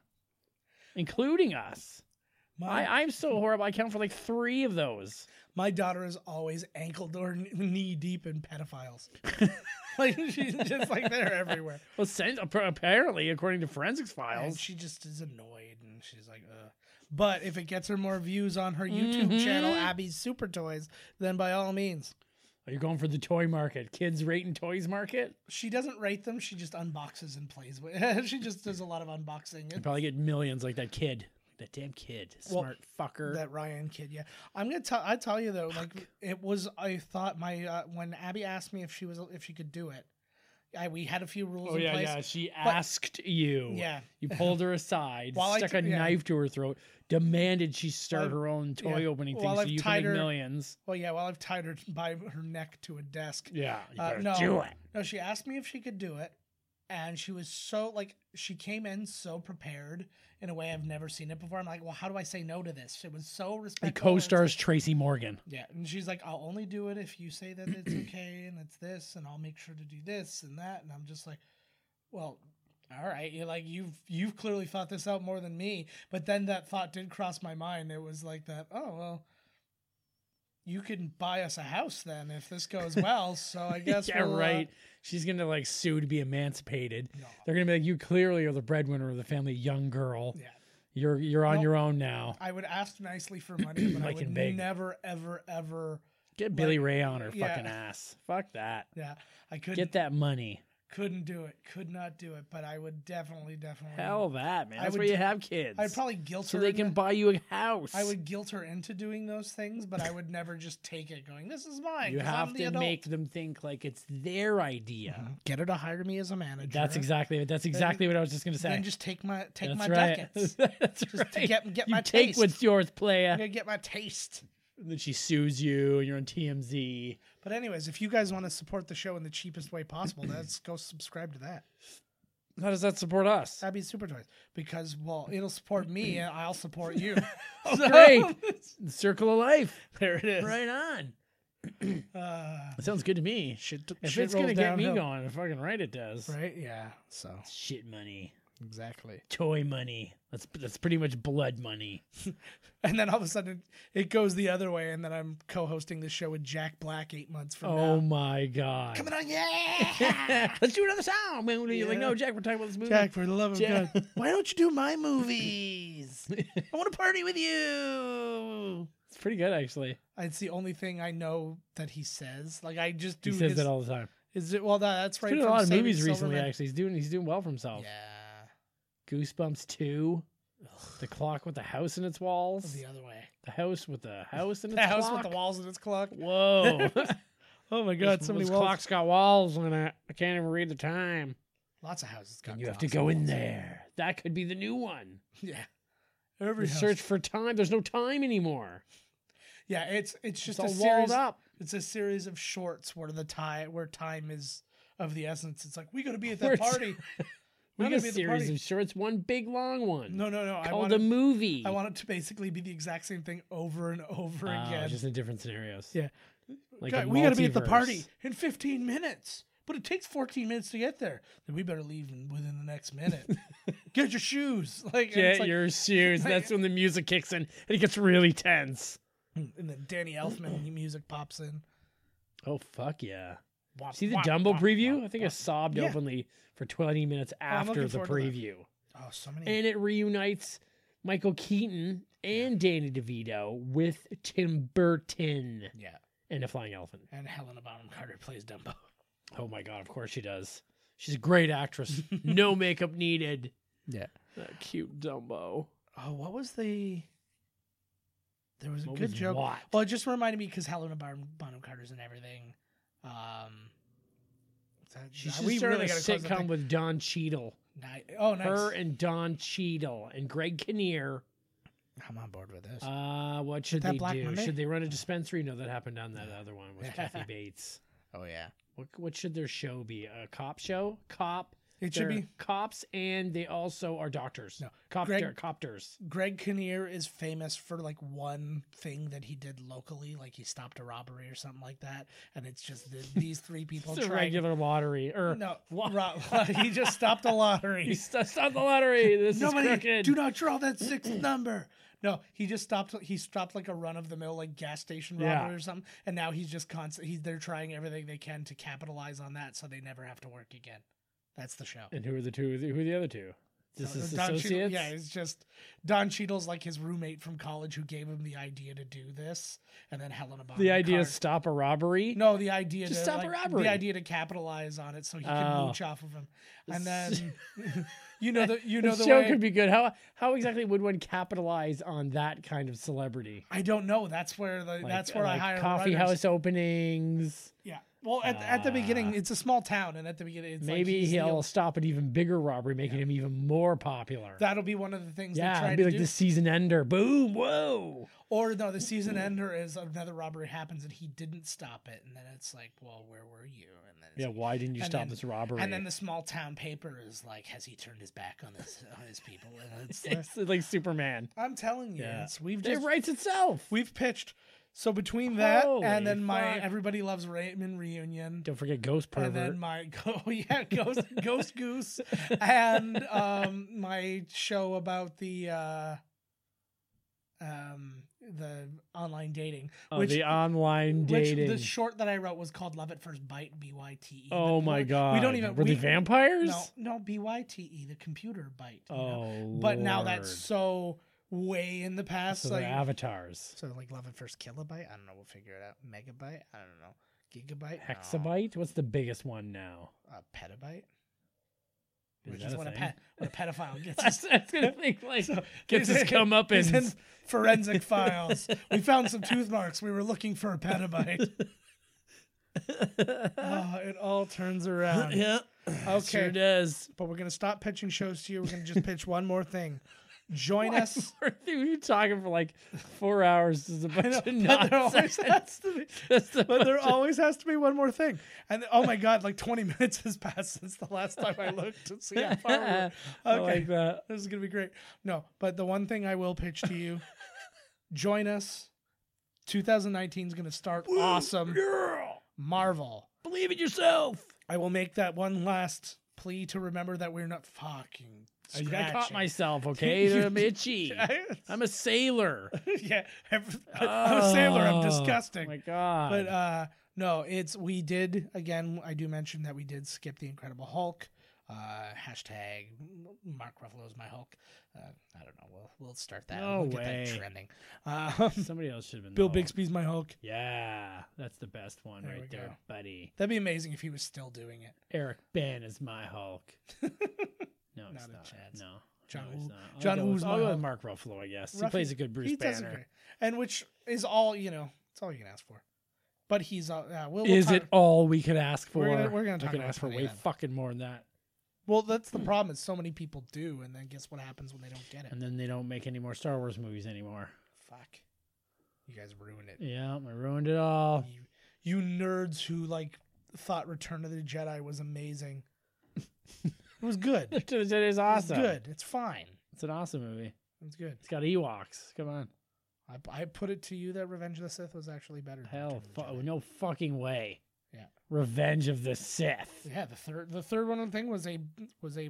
Speaker 3: Including us.
Speaker 2: my
Speaker 3: I, I'm so horrible. I count for like three of those.
Speaker 2: my daughter is always ankle or knee deep in pedophiles. like she's just like they're everywhere,
Speaker 3: Well, sen- apparently, according to forensics
Speaker 2: and
Speaker 3: files,
Speaker 2: she just is annoyed, and she's like, uh. But if it gets her more views on her YouTube
Speaker 3: Mm-hmm.
Speaker 2: channel, Abby's Super Toys, then by all means,
Speaker 3: Are you going for the toy market? Kids rating toys market?
Speaker 2: she doesn't rate them. She just unboxes and plays with. she just does a lot of unboxing.
Speaker 5: You probably get millions like that kid. That damn kid. Smart fucker.
Speaker 2: That Ryan kid, yeah. I'm gonna tell. I tell you though, like it was. I thought my uh, when Abby asked me if she was if she could do it, I, we had a few rules
Speaker 3: Oh
Speaker 2: in
Speaker 3: yeah,
Speaker 2: place.
Speaker 3: yeah. She asked you.
Speaker 2: Yeah.
Speaker 3: You pulled her aside,
Speaker 2: While I
Speaker 3: stuck
Speaker 2: t-
Speaker 3: a
Speaker 2: yeah.
Speaker 3: knife to her throat, demanded she start
Speaker 2: I've-
Speaker 3: her own toy
Speaker 2: yeah.
Speaker 3: opening thing
Speaker 2: While
Speaker 3: so
Speaker 2: I've
Speaker 3: you can
Speaker 2: tied
Speaker 3: make
Speaker 2: her-
Speaker 3: millions.
Speaker 2: Well, yeah. Well, I've tied her by her neck to a desk.
Speaker 3: Yeah. You
Speaker 2: Uh,
Speaker 3: better
Speaker 2: no,
Speaker 3: do it.
Speaker 2: no. She asked me if she could do it, and she was so like she came in so prepared in a way I've never seen it before. I'm like, well, how do I say no to this? It was so
Speaker 3: The
Speaker 2: respectful. and it's-
Speaker 3: co-stars Tracy Morgan.
Speaker 2: Yeah, and she's like, I'll only do it if you say that it's okay and it's this, and I'll make sure to do this and that. And I'm just like, well, all right, you're like you've you've clearly thought this out more than me. But then that thought did cross my mind. It was like that. Oh well, you can buy us a house then if this goes well. So I guess
Speaker 3: yeah,
Speaker 2: we'll, uh,
Speaker 3: right. She's gonna like sue to be emancipated.
Speaker 2: No.
Speaker 3: They're gonna be like, you clearly are the breadwinner of the family, young girl.
Speaker 2: yeah,
Speaker 3: You're you're on
Speaker 2: No.
Speaker 3: your own now.
Speaker 2: I would ask nicely for money, but
Speaker 3: Like
Speaker 2: I
Speaker 3: in
Speaker 2: would
Speaker 3: Big.
Speaker 2: never, ever, ever.
Speaker 3: Get Billy
Speaker 2: Like,
Speaker 3: Ray on her
Speaker 2: yeah.
Speaker 3: fucking ass. Fuck that.
Speaker 2: Yeah, I couldn't.
Speaker 3: Get that money.
Speaker 2: Couldn't do it. Could not do it. But I would definitely, definitely.
Speaker 3: Hell that, man.
Speaker 2: I
Speaker 3: That's
Speaker 2: would
Speaker 3: why you
Speaker 2: do-
Speaker 3: have kids.
Speaker 2: I'd probably guilt
Speaker 5: so
Speaker 2: her.
Speaker 5: they
Speaker 2: into-
Speaker 5: can buy you a house.
Speaker 2: I would guilt her into doing those things, but I would never just take it going, this is mine.
Speaker 5: you
Speaker 2: 'cause
Speaker 5: have
Speaker 2: I'm the
Speaker 5: to
Speaker 2: adult." Mm-hmm.
Speaker 5: make them think like it's their idea.
Speaker 2: Get her to hire me as a manager.
Speaker 3: That's exactly it. That's exactly what I was just gonna say.
Speaker 2: Then just take my take
Speaker 3: That's
Speaker 2: my
Speaker 3: right.
Speaker 2: ducats.
Speaker 3: That's
Speaker 2: Just to
Speaker 3: right.
Speaker 2: get- get
Speaker 3: you
Speaker 2: my
Speaker 3: take
Speaker 2: taste.
Speaker 3: what's yours, playa.
Speaker 2: I'm gonna get my taste.
Speaker 3: And then she sues you. and You're on TMZ.
Speaker 2: But anyways, if you guys want to support the show in the cheapest way possible, let's go subscribe to that.
Speaker 3: How does that support us?
Speaker 2: That'd be super toys because well, it'll support me and I'll support you.
Speaker 3: Oh, great. The circle of life.
Speaker 2: there it is.
Speaker 3: Right on.
Speaker 2: Uh,
Speaker 3: That sounds good to me.
Speaker 2: shit,
Speaker 3: If
Speaker 2: shit
Speaker 3: it's gonna
Speaker 2: rolls
Speaker 3: get me
Speaker 2: downhill.
Speaker 3: going, fucking right it does.
Speaker 2: Right? Yeah. So
Speaker 3: Shit money,
Speaker 2: exactly.
Speaker 3: toy money. That's that's pretty much blood money.
Speaker 2: And then all of a sudden it goes the other way, and then I'm co-hosting this show with Jack Black eight months from now.
Speaker 3: Oh my god.
Speaker 2: Coming on, yeah!
Speaker 3: Let's do another song. Man, you're like,
Speaker 2: Yeah.
Speaker 3: no, Jack, we're talking about this movie.
Speaker 2: Jack, for the love of
Speaker 3: Jack.
Speaker 2: God, why don't you do my movies?
Speaker 3: I want to party with you. It's pretty good actually.
Speaker 2: It's the only thing I know that he says. Like I just do.
Speaker 3: he says
Speaker 2: his,
Speaker 3: that all the time.
Speaker 2: Is it well? That, that's
Speaker 3: He's
Speaker 2: right.
Speaker 3: been in a
Speaker 2: from
Speaker 3: lot of
Speaker 2: Saving
Speaker 3: movies recently.
Speaker 2: Silverman.
Speaker 3: Actually, he's doing he's doing well for himself.
Speaker 2: Yeah.
Speaker 3: Goosebumps two, the clock with the house in its walls,
Speaker 2: The other way.
Speaker 3: the house with the house in its
Speaker 2: The house
Speaker 3: clock.
Speaker 2: with the walls in its clock.
Speaker 3: Whoa!
Speaker 2: Oh my
Speaker 3: Those- those clocks got walls, and I, I can't even read the time.
Speaker 2: Lots of houses got.
Speaker 3: And you have to
Speaker 2: clocks on
Speaker 3: go in
Speaker 2: walls.
Speaker 3: there. That could be the new one.
Speaker 2: Yeah. Every
Speaker 3: The
Speaker 2: house.
Speaker 3: search for time. There's no time anymore.
Speaker 2: Yeah, it's it's just
Speaker 3: It's all
Speaker 2: a
Speaker 3: walled
Speaker 2: series.
Speaker 3: up.
Speaker 2: It's a series of shorts where the time where time is of the essence. It's like we gotta be at
Speaker 3: Where
Speaker 2: that
Speaker 3: it's-
Speaker 2: party.
Speaker 3: We
Speaker 2: we
Speaker 3: got a
Speaker 2: gotta be at the
Speaker 3: series
Speaker 2: party.
Speaker 3: of shorts. One big long one.
Speaker 2: No, no, no. I
Speaker 3: called
Speaker 2: want
Speaker 3: a movie.
Speaker 2: I want it to basically be the exact same thing over and over
Speaker 3: Ah,
Speaker 2: again.
Speaker 3: just in different scenarios.
Speaker 2: Yeah.
Speaker 3: Like
Speaker 2: God,
Speaker 3: a
Speaker 2: we got to be at the
Speaker 3: multiverse.
Speaker 2: party in 15 minutes, but it takes 14 minutes to get there. Then we better leave in- within the next minute. get your shoes. Like, and
Speaker 3: Get
Speaker 2: it's like-
Speaker 3: your shoes. That's when the music kicks in and it gets really tense.
Speaker 2: and then Danny Elfman music pops in.
Speaker 3: Oh fuck yeah!
Speaker 2: Womp,
Speaker 3: See the
Speaker 2: womp,
Speaker 3: Dumbo
Speaker 2: womp,
Speaker 3: preview?
Speaker 2: womp,
Speaker 3: I think I
Speaker 2: womp.
Speaker 3: sobbed
Speaker 2: Yeah.
Speaker 3: openly for 20 minutes
Speaker 2: I'm
Speaker 3: after
Speaker 2: looking
Speaker 3: the
Speaker 2: forward to that.
Speaker 3: preview,
Speaker 2: Oh, so many.
Speaker 3: and it reunites Michael Keaton and Danny DeVito with Tim Burton
Speaker 2: yeah.
Speaker 3: and a flying elephant.
Speaker 2: And Helena Bonham Carter plays Dumbo.
Speaker 3: Oh my god! Of course she does. She's a great actress. no makeup needed.
Speaker 2: Yeah.
Speaker 3: That cute Dumbo.
Speaker 2: Oh, what was the. There was a
Speaker 3: What
Speaker 2: good
Speaker 3: was
Speaker 2: joke.
Speaker 3: what?
Speaker 2: Well, it just reminded me because Helena Bonham, Bonham Carter's and everything. Um, that-
Speaker 3: She should
Speaker 2: we
Speaker 3: start
Speaker 2: really
Speaker 3: a
Speaker 2: gotta close the
Speaker 3: sitcom
Speaker 2: thing.
Speaker 3: with Don Cheadle.
Speaker 2: Ni- oh, nice.
Speaker 3: Her and Don Cheadle and Greg Kinnear.
Speaker 2: I'm on board with this.
Speaker 3: Uh, what should
Speaker 2: That
Speaker 3: they
Speaker 2: Black
Speaker 3: do?
Speaker 2: Monday?
Speaker 3: Should they run a dispensary? No, that happened on that other one with Kathy Bates.
Speaker 2: oh yeah,
Speaker 3: What, what should their show be? A cop show? Cop.
Speaker 2: it should
Speaker 3: They're
Speaker 2: be.
Speaker 3: cops, and they also are doctors.
Speaker 2: No,
Speaker 3: Copter,
Speaker 2: Greg-
Speaker 3: copters.
Speaker 2: Greg Kinnear is famous for like one thing that he did locally, like he stopped a robbery or something like that, and it's just the, these three people
Speaker 3: It's a
Speaker 2: trying.
Speaker 3: regular lottery. Or
Speaker 2: No,
Speaker 3: Lo-
Speaker 2: ro- he just stopped a
Speaker 3: you
Speaker 2: lottery.
Speaker 3: st- stop the lottery. This
Speaker 2: Nobody,
Speaker 3: is crooked.
Speaker 2: do not draw that sixth number. No, he just stopped. He stopped like a run of the mill, like gas station robbery
Speaker 3: Yeah.
Speaker 2: or something, and now he's just constant. He's they're trying everything they can to capitalize on that, so they never have to work again. That's the show. uh,
Speaker 3: and who are the two? Who are the other two? This is
Speaker 2: Don Cheadle-
Speaker 3: associates.
Speaker 2: yeah, it's just Don Cheadle's like his roommate from college who gave him the idea to do this, and then Helena Bonham.
Speaker 3: the idea is
Speaker 2: Carter-
Speaker 3: stop a robbery.
Speaker 2: No, the idea
Speaker 3: Just
Speaker 2: to
Speaker 3: stop a
Speaker 2: like,
Speaker 3: robbery.
Speaker 2: the idea to capitalize on it so he can
Speaker 3: Oh.
Speaker 2: mooch off of him, and then you know the you know
Speaker 3: the
Speaker 2: the
Speaker 3: show
Speaker 2: way.
Speaker 3: could be good. How how exactly would one capitalize on that kind of celebrity?
Speaker 2: I don't know. That's where the
Speaker 3: Like- uh,
Speaker 2: that's where
Speaker 3: like
Speaker 2: I hire
Speaker 3: coffee
Speaker 2: writers.
Speaker 3: house openings.
Speaker 2: Yeah. Well, at, at the beginning, it's a small town, and at the beginning, it's
Speaker 3: Maybe
Speaker 2: like he's the
Speaker 3: he'll
Speaker 2: old-
Speaker 3: stop an even bigger robbery, making him even more popular.
Speaker 2: that'll be one of the things they
Speaker 3: yeah,
Speaker 2: try
Speaker 3: it'd be
Speaker 2: to
Speaker 3: like
Speaker 2: do.
Speaker 3: the season ender. Boom! Whoa!
Speaker 2: Or no, the season ender is another robbery happens and he didn't stop it, and then it's like, well, where were you? And then it's
Speaker 3: Yeah,
Speaker 2: like-
Speaker 3: why didn't you
Speaker 2: And
Speaker 3: stop
Speaker 2: then-
Speaker 3: this robbery?
Speaker 2: and then the small town paper is like, has he turned his back on this on his people? And it's like,
Speaker 3: it's like Superman.
Speaker 2: I'm telling you,
Speaker 3: Yeah.
Speaker 2: it's, we've
Speaker 3: It
Speaker 2: just
Speaker 3: writes itself.
Speaker 2: we've pitched. So between that
Speaker 3: Holy
Speaker 2: and then my
Speaker 3: fuck.
Speaker 2: everybody loves Raymond reunion.
Speaker 3: Don't forget Ghost Pervert.
Speaker 2: And then my oh yeah, ghost ghost goose, and um my show about the uh um the online dating,
Speaker 3: Oh,
Speaker 2: which
Speaker 3: the online dating.
Speaker 2: which the short that I wrote was called "Love at First Bite" B Y T E.
Speaker 3: oh my god!
Speaker 2: we don't even
Speaker 3: were
Speaker 2: we,
Speaker 3: they vampires?
Speaker 2: No, no B Y T E, the computer bite. you know?
Speaker 3: Oh,
Speaker 2: but now that's
Speaker 3: Lord.
Speaker 2: so way in the past.
Speaker 3: so
Speaker 2: like
Speaker 3: they're avatars.
Speaker 2: so, like love at first kilobyte. I don't know. We'll figure it out. Megabyte. I don't know. Gigabyte. No.
Speaker 3: Hexabyte? What's the biggest one now?
Speaker 2: a petabyte,
Speaker 3: Is
Speaker 2: which
Speaker 3: that
Speaker 2: is
Speaker 3: a
Speaker 2: when a,
Speaker 3: thing?
Speaker 2: pet, when a pedophile gets
Speaker 3: That's
Speaker 2: his,
Speaker 3: that's gonna think like
Speaker 2: he's
Speaker 3: gets his
Speaker 2: in- he's in
Speaker 3: comeuppance.
Speaker 2: forensic files. we found some tooth marks. We were looking for a petabyte. oh, it all turns around.
Speaker 3: yeah,
Speaker 2: okay,
Speaker 3: sure does.
Speaker 2: but we're gonna stop pitching shows to you. We're gonna just pitch one more thing. Join us.
Speaker 3: we were talking for like four hours. This is a bunch
Speaker 2: But
Speaker 3: of
Speaker 2: there always
Speaker 3: nonsense.
Speaker 2: has to be.
Speaker 3: Just a
Speaker 2: But there
Speaker 3: bunch of-
Speaker 2: always has to be one more thing. And oh my god, like twenty minutes has passed since the last time I looked to see how far we were.
Speaker 3: I
Speaker 2: Okay.
Speaker 3: like that.
Speaker 2: This is gonna be great. No, but the one thing I will pitch to you: join us. 2019 is gonna start awesome.
Speaker 3: Girl,
Speaker 2: Marvel.
Speaker 3: believe in yourself.
Speaker 2: I will make that one last plea to remember that we're not fucking.
Speaker 3: I,
Speaker 2: Scratching.
Speaker 3: caught myself. Okay, I'm itchy. I'm a sailor.
Speaker 2: yeah, I'm, I'm a sailor.
Speaker 3: Oh,
Speaker 2: I'm
Speaker 3: My
Speaker 2: disgusting.
Speaker 3: God.
Speaker 2: But uh, no, it's we did again. I do mention that we did skip the Incredible Hulk. Uh, hashtag Mark Ruffalo's my Hulk. Uh, I don't know. We'll we'll start that.
Speaker 3: No
Speaker 2: we'll get
Speaker 3: way.
Speaker 2: that trending. Um,
Speaker 3: Somebody else should have been.
Speaker 2: Bill
Speaker 3: the Hulk.
Speaker 2: Bixby's my Hulk.
Speaker 3: Yeah, that's the best one
Speaker 2: There we
Speaker 3: right there,
Speaker 2: go.
Speaker 3: buddy.
Speaker 2: That'd be amazing if he was still doing it.
Speaker 3: Eric Ben is my Hulk. No, it's
Speaker 2: Not a
Speaker 3: not.
Speaker 2: chance.
Speaker 3: No.
Speaker 2: John
Speaker 3: no, it's
Speaker 2: Woo-
Speaker 3: not. I'll
Speaker 2: John
Speaker 3: go with-
Speaker 2: Woo's
Speaker 3: I'll
Speaker 2: my
Speaker 3: go with
Speaker 2: Hulk.
Speaker 3: Mark Ruffalo, I guess. he
Speaker 2: Ruffy-
Speaker 3: plays a good Bruce
Speaker 2: he does a
Speaker 3: Banner.
Speaker 2: great- and which is all you know. It's all you can ask for. But he's uh, uh we'll, we'll
Speaker 3: Is
Speaker 2: talk-
Speaker 3: it all we could ask for?
Speaker 2: We're gonna- we're gonna
Speaker 3: We
Speaker 2: talk
Speaker 3: could
Speaker 2: about
Speaker 3: ask for
Speaker 2: Tony
Speaker 3: way
Speaker 2: then.
Speaker 3: fucking more than that.
Speaker 2: Well, that's the problem. Is so many people do, and then guess what happens when they don't get it?
Speaker 3: And then they don't make any more Star Wars movies anymore.
Speaker 2: Fuck. You guys ruined it.
Speaker 3: Yeah, I ruined it all.
Speaker 2: You, you nerds who like thought Return of the Jedi was amazing. it was good. It
Speaker 3: it is
Speaker 2: was
Speaker 3: awesome.
Speaker 2: good. It's fine.
Speaker 3: It's an awesome movie.
Speaker 2: It's good.
Speaker 3: It's got Ewoks. Come on.
Speaker 2: I, I put it to you that Revenge of the Sith was actually better. Than
Speaker 3: Hell,
Speaker 2: Return of the
Speaker 3: fu- oh,
Speaker 2: Jedi.
Speaker 3: no fucking way.
Speaker 2: Yeah.
Speaker 3: Revenge of the Sith.
Speaker 2: Yeah, the third the third one thing was a was a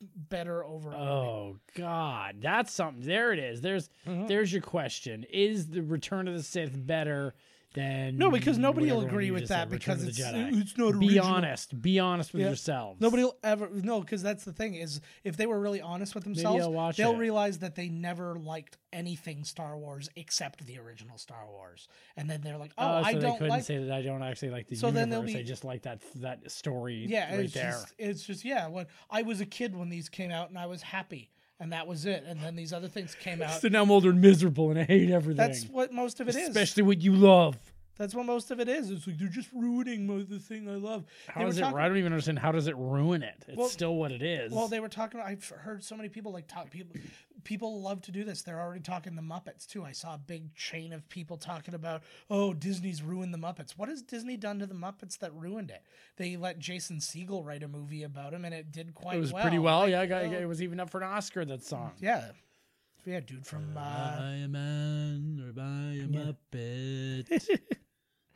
Speaker 2: better overall.
Speaker 3: Oh God, that's something. There it is. There's
Speaker 2: Mhm.
Speaker 3: there's your question. Is the Return of the Sith better than
Speaker 2: No, because nobody will
Speaker 3: whatever one
Speaker 2: agree
Speaker 3: you
Speaker 2: with
Speaker 3: just
Speaker 2: that
Speaker 3: said,
Speaker 2: because
Speaker 3: Return of
Speaker 2: it's,
Speaker 3: the Jedi?
Speaker 2: it's not
Speaker 3: be
Speaker 2: original.
Speaker 3: honest. Be honest with
Speaker 2: Yeah.
Speaker 3: yourselves.
Speaker 2: Nobody will ever no, because that's the thing is if they were really honest with themselves,
Speaker 3: I'll watch
Speaker 2: they'll
Speaker 3: it.
Speaker 2: realize that they never liked anything Star Wars except the original Star Wars, and then they're like, oh,
Speaker 3: Oh, so
Speaker 2: I
Speaker 3: they
Speaker 2: don't
Speaker 3: couldn't
Speaker 2: like.
Speaker 3: say that I don't actually like the
Speaker 2: So
Speaker 3: universe.
Speaker 2: then they'll
Speaker 3: I
Speaker 2: be-
Speaker 3: just like that that story.
Speaker 2: yeah,
Speaker 3: right
Speaker 2: it's
Speaker 3: there.
Speaker 2: just it's just yeah. When I was a kid when these came out, and I was happy, and that was it. And then these other things came out.
Speaker 3: so now I'm older and miserable, and I hate everything.
Speaker 2: uh, That's what most of it is.
Speaker 3: especially what you love.
Speaker 2: That's what most of it is. It's like they're just ruining mo- the thing I love. They
Speaker 3: How
Speaker 2: were
Speaker 3: does it?
Speaker 2: talking-
Speaker 3: I don't even understand. How does it ruin it? It's
Speaker 2: Well-
Speaker 3: still what it is.
Speaker 2: Well, they were talking. I've heard so many people like talk people. People love to do this. They're already talking the Muppets too. I saw a big chain of people talking about, oh, Disney's ruined the Muppets. What has Disney done to the Muppets that ruined it? They let Jason Siegel write a movie about him, and it did quite.
Speaker 3: it was
Speaker 2: well.
Speaker 3: pretty well.
Speaker 2: Like,
Speaker 3: yeah, I got,
Speaker 2: oh,
Speaker 3: it was even up for an Oscar. That song.
Speaker 2: yeah, yeah, dude from. Uh,
Speaker 3: a man or buy a muppet.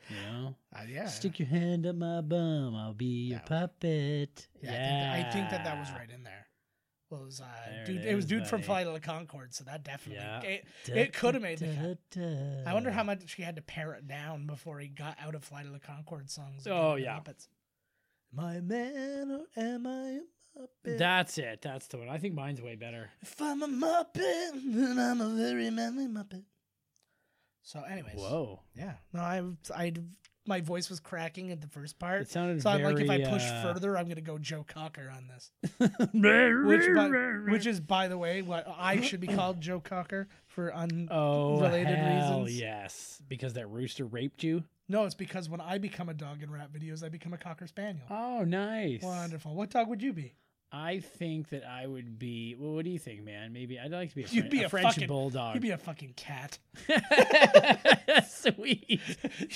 Speaker 3: you know,
Speaker 2: uh, yeah,
Speaker 3: stick your hand up my bum. I'll be your
Speaker 2: Yeah.
Speaker 3: puppet.
Speaker 2: yeah. I, think that, I think that that was right in there. Well, it was uh,
Speaker 3: There
Speaker 2: dude.
Speaker 3: it
Speaker 2: It, was
Speaker 3: is,
Speaker 2: dude from
Speaker 3: buddy.
Speaker 2: Flight of the Concorde, so that definitely
Speaker 3: Yeah.
Speaker 2: it, it could have made the cut.
Speaker 3: the.
Speaker 2: I wonder how much he had to pare it down before he got out of Flight of the Concord songs. and
Speaker 3: Oh,
Speaker 2: got into
Speaker 3: yeah.
Speaker 2: Muppets. My man, or am I a Muppet.
Speaker 3: That's it. That's the one. I think mine's way better.
Speaker 2: if I'm a Muppet, then I'm a very manly Muppet. So, anyways.
Speaker 3: Whoa.
Speaker 2: Yeah. No, I, I, my voice was cracking at the first part.
Speaker 3: It sounded
Speaker 2: So I'm
Speaker 3: very,
Speaker 2: like, if I push
Speaker 3: uh,
Speaker 2: further, I'm gonna go Joe Cocker on this, which, by, which is, by the way, what I should be called Joe Cocker for unrelated
Speaker 3: oh, hell
Speaker 2: reasons.
Speaker 3: yes. Because that rooster raped you?
Speaker 2: No, it's because when I become a dog in rap videos, I become a Cocker Spaniel.
Speaker 3: Oh, nice.
Speaker 2: Wonderful. What dog would you be?
Speaker 3: I think that I would be. Well, what do you think, man? Maybe I'd like to be a,
Speaker 2: You'd
Speaker 3: Fren-
Speaker 2: be
Speaker 3: a
Speaker 2: a
Speaker 3: French
Speaker 2: fucking-
Speaker 3: bulldog.
Speaker 2: You'd be a fucking cat.
Speaker 3: Sweet.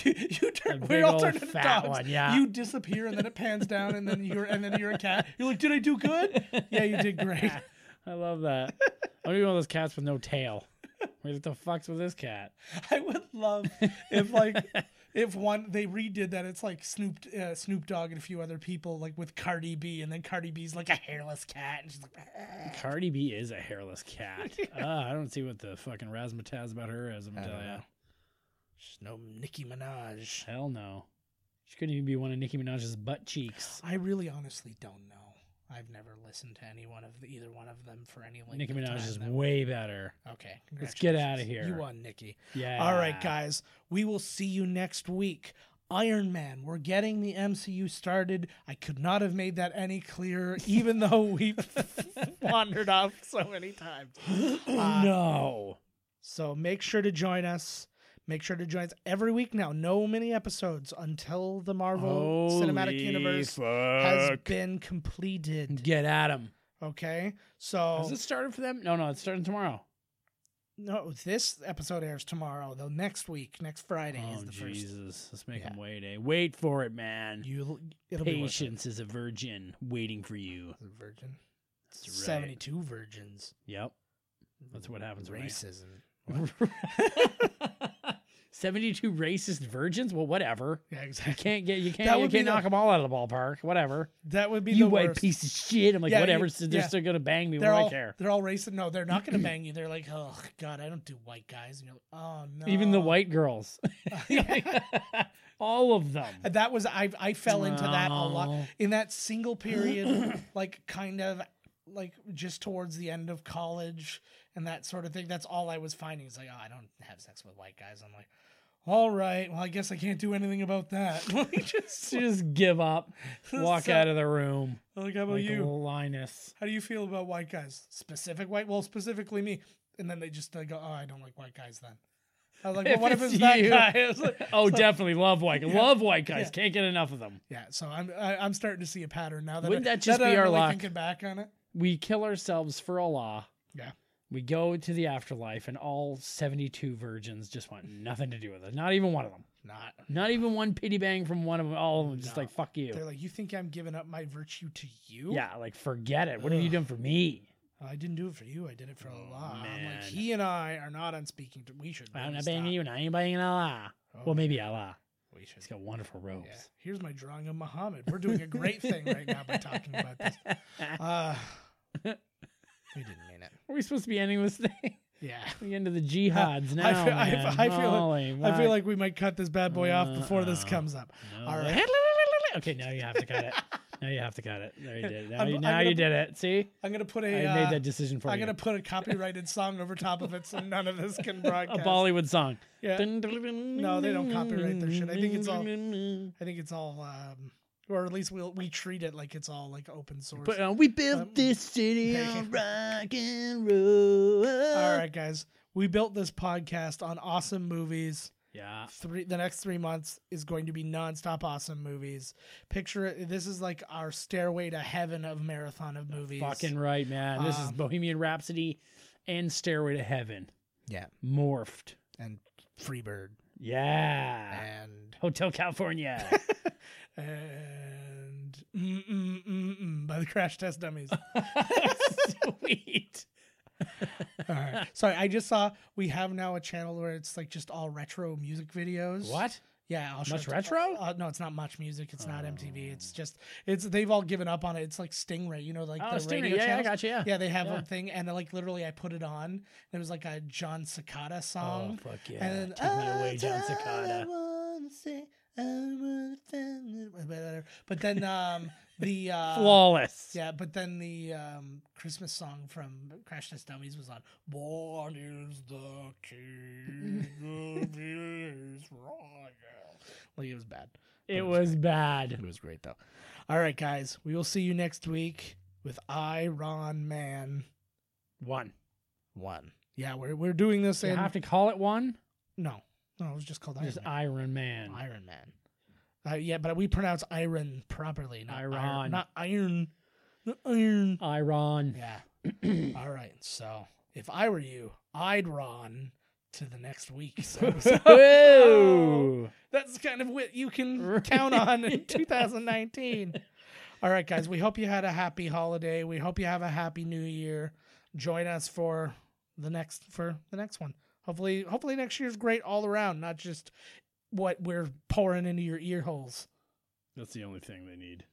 Speaker 2: you, you turn.
Speaker 3: A
Speaker 2: We
Speaker 3: big
Speaker 2: all
Speaker 3: old
Speaker 2: turn into
Speaker 3: fat
Speaker 2: dogs.
Speaker 3: one, yeah.
Speaker 2: You disappear, and then it pans down, and then you're, and then you're a cat. You're like, did I do good? Yeah, you did great.
Speaker 3: I love that. I'm gonna be one of those cats with no tail. What the fuck's with this cat?
Speaker 2: I would love if like if one they redid that. It's like Snoop uh, Snoop Dogg and a few other people like with Cardi B, and then Cardi B's like a hairless cat, and she's like, "Ah."
Speaker 3: Cardi B is a hairless cat. Ah, I don't see what the fucking razzmatazz about her is. I'm
Speaker 2: I
Speaker 3: gonna tell
Speaker 2: don't
Speaker 3: you.
Speaker 2: know. she's no Nicki Minaj.
Speaker 3: Hell no. She couldn't even be one of Nicki Minaj's butt cheeks.
Speaker 2: I really honestly don't know. I've never listened to any one of the, either one of them for any length.
Speaker 3: Nicki
Speaker 2: of
Speaker 3: Minaj
Speaker 2: time
Speaker 3: is
Speaker 2: now.
Speaker 3: way better.
Speaker 2: okay.
Speaker 3: Let's get outta
Speaker 2: congratulations.
Speaker 3: here.
Speaker 2: You won, Nicki.
Speaker 3: Yeah.
Speaker 2: All right, guys. We will see you next week. Iron Man, we're getting the MCU started. I could not have made that any clearer, even though we wandered off so many times. Uh,
Speaker 3: Oh, no.
Speaker 2: So make sure to join us. Make sure to join us every week now. No mini episodes until the Marvel Cinematic
Speaker 3: Holy
Speaker 2: Universe has been completed.
Speaker 3: Get at him.
Speaker 2: Okay, so
Speaker 3: Is it starting for them? No, no, it's starting tomorrow.
Speaker 2: no, this episode airs tomorrow. Though next week, next Friday is
Speaker 3: Oh
Speaker 2: the first.
Speaker 3: Jesus! Let's make
Speaker 2: Yeah.
Speaker 3: him wait. Eh? Wait for it, man.
Speaker 2: You, it'll be worth it.
Speaker 3: Patience is a virgin waiting for you.
Speaker 2: As a virgin.
Speaker 3: That's right.
Speaker 2: 72 virgins.
Speaker 3: Yep. That's what happens when I-
Speaker 2: Racism.
Speaker 3: 72 racist virgins? Well, whatever.
Speaker 2: Yeah,
Speaker 3: You
Speaker 2: exactly.
Speaker 3: can't get you can't
Speaker 2: That
Speaker 3: you
Speaker 2: would be
Speaker 3: can't
Speaker 2: the-
Speaker 3: knock them all out of the ballpark. Whatever.
Speaker 2: That would be
Speaker 3: You
Speaker 2: the
Speaker 3: white
Speaker 2: worst.
Speaker 3: piece of shit. I'm like,
Speaker 2: Yeah,
Speaker 3: whatever.
Speaker 2: you-
Speaker 3: so they're
Speaker 2: yeah.
Speaker 3: still gonna bang me.
Speaker 2: They're
Speaker 3: what do
Speaker 2: all
Speaker 3: I care?
Speaker 2: they're all racist. No, they're not going to bang you. They're like, oh god, I don't do white guys. And you're like, oh no.
Speaker 3: Even the white girls.
Speaker 2: Yeah.
Speaker 3: all of them.
Speaker 2: that was I. I fell into that a lot
Speaker 3: Oh.
Speaker 2: in that single period, like kind of like just towards the end of college and that sort of thing. That's all I was finding. It's like, oh, I don't have sex with white guys. I'm like, all right, well, I guess I can't do anything about that. Like, just
Speaker 3: Just give up. Walk
Speaker 2: So-
Speaker 3: out of the room.
Speaker 2: like, how about
Speaker 3: Like
Speaker 2: you?
Speaker 3: little Linus.
Speaker 2: how do you feel about white guys? Specific white? Well, specifically me. And then they just they go, oh, I don't like white guys then. I was like, well, what if it's that
Speaker 3: you-
Speaker 2: guy? It's like-
Speaker 3: Oh, definitely love white. Love white guys.
Speaker 2: Yeah.
Speaker 3: Can't get enough of them.
Speaker 2: yeah, so I'm I, I'm starting to see a pattern now that
Speaker 3: Wouldn't
Speaker 2: I,
Speaker 3: that just
Speaker 2: now
Speaker 3: be
Speaker 2: I'm
Speaker 3: our
Speaker 2: really
Speaker 3: luck?
Speaker 2: Thinking back on it,
Speaker 3: We kill ourselves for Allah.
Speaker 2: Yeah.
Speaker 3: We go to the afterlife, and all 72 virgins just want nothing to do with us. Not even one of them.
Speaker 2: not.
Speaker 3: Not even one pity bang from one of them. All of them just
Speaker 2: No.
Speaker 3: like, fuck you.
Speaker 2: They're like, you think I'm giving up my virtue to you?
Speaker 3: Yeah, like, forget it. What have you
Speaker 2: Ugh.
Speaker 3: done for me?
Speaker 2: I didn't do it for you. I did it for Allah. I'm like,
Speaker 3: Oh, man.
Speaker 2: he and I are not on speaking. To, we should.
Speaker 3: I'm
Speaker 2: really
Speaker 3: not banging
Speaker 2: stop.
Speaker 3: you, and I ain't banging Allah.
Speaker 2: Oh,
Speaker 3: well, maybe Allah.
Speaker 2: we should.
Speaker 3: He's got wonderful robes.
Speaker 2: Yeah. Here's my drawing of Muhammad. We're doing a great thing right now by talking about this. Uh, we didn't mean it.
Speaker 3: Are we supposed to be ending this thing?
Speaker 2: Yeah.
Speaker 3: the end of the jihads now.
Speaker 2: feel- I-
Speaker 3: man.
Speaker 2: I feel-
Speaker 3: Holy
Speaker 2: I
Speaker 3: moly.
Speaker 2: feel like we might cut this bad boy off before this
Speaker 3: Uh-uh.
Speaker 2: comes up.
Speaker 3: No.
Speaker 2: All right.
Speaker 3: Okay, now you have to cut it. Now you have to cut it. There you did it. Now,
Speaker 2: I'm-
Speaker 3: you,
Speaker 2: I'm
Speaker 3: now you did
Speaker 2: gonna-
Speaker 3: it. See,
Speaker 2: I'm gonna put
Speaker 3: I
Speaker 2: a.
Speaker 3: made
Speaker 2: uh,
Speaker 3: that decision for
Speaker 2: I'm
Speaker 3: you.
Speaker 2: gonna put a copyrighted song over top of it so none of this can broadcast.
Speaker 3: a Bollywood song.
Speaker 2: Yeah.
Speaker 3: No,
Speaker 2: they don't copyright their shit. I think it's all-
Speaker 3: But,
Speaker 2: I think it's all, um, or at least we will we treat it like it's all like open source.
Speaker 3: uh, we built
Speaker 2: Um,
Speaker 3: this city
Speaker 2: okay.
Speaker 3: on rock and roll.
Speaker 2: all right, guys, we built this podcast on awesome movies.
Speaker 3: Yeah.
Speaker 2: Three, the next three months is going to be nonstop awesome movies. Picture it. This is like our stairway to heaven of marathon of movies.
Speaker 3: Fucking right, man. This is
Speaker 2: Um,
Speaker 3: Bohemian Rhapsody and Stairway to Heaven
Speaker 2: yeah,
Speaker 3: morphed.
Speaker 2: and Freebird
Speaker 3: Yeah.
Speaker 2: and
Speaker 3: Hotel California.
Speaker 2: and mm, mm, mm, mm, by the crash test dummies.
Speaker 3: Sweet.
Speaker 2: all right. Sorry, I just saw we have now a channel where it's like just all retro music videos.
Speaker 3: What?
Speaker 2: Yeah, I'll show
Speaker 3: Much
Speaker 2: it to-
Speaker 3: retro?
Speaker 2: Uh, no, it's not much music. It's not MTV. It's just it's they've all given up on it. It's like Stingray, you know, like the
Speaker 3: Oh, Stingray.
Speaker 2: radio
Speaker 3: Yeah, yeah, I
Speaker 2: channels.
Speaker 3: gotcha, yeah.
Speaker 2: they have
Speaker 3: Yeah.
Speaker 2: a thing, and then like literally, I put it on. And it was like a John Cicada
Speaker 3: Oh
Speaker 2: song.
Speaker 3: fuck yeah!
Speaker 2: And then,
Speaker 3: Take me away,
Speaker 2: "Oh,
Speaker 3: John
Speaker 2: God, I
Speaker 3: Cicada.
Speaker 2: wanna say I wanna find it," whatever. But then um the uh,
Speaker 3: Flawless.
Speaker 2: Yeah, but then the um, Christmas song from Crash Test Dummies was on. Born is the king of Israel. Like it was bad.
Speaker 4: It was
Speaker 2: It
Speaker 4: bad.
Speaker 2: was great though. All right, guys, we will see you next week with I Ron Man
Speaker 3: One.
Speaker 2: One. Yeah, we're we're doing this
Speaker 4: You
Speaker 2: in
Speaker 4: have to call it one.
Speaker 2: no, no, it was just called Iron
Speaker 4: Just
Speaker 2: Man.
Speaker 4: Iron Man.
Speaker 2: Iron Man. Uh, yeah, but we pronounce iron properly, not iron,
Speaker 4: Iron.
Speaker 2: not iron, not iron.
Speaker 4: Iron.
Speaker 2: Yeah. All right. So if I were you, I'd run to the next week. So, Oh!
Speaker 4: Whoa.
Speaker 2: that's kind of what you can count on in 2019. All right, guys. We hope you had a happy holiday. We hope you have a happy new year. Join us for the next for the next one. Hopefully, hopefully next year's great all around, not just what we're pouring into your ear holes.
Speaker 3: That's the only thing they need.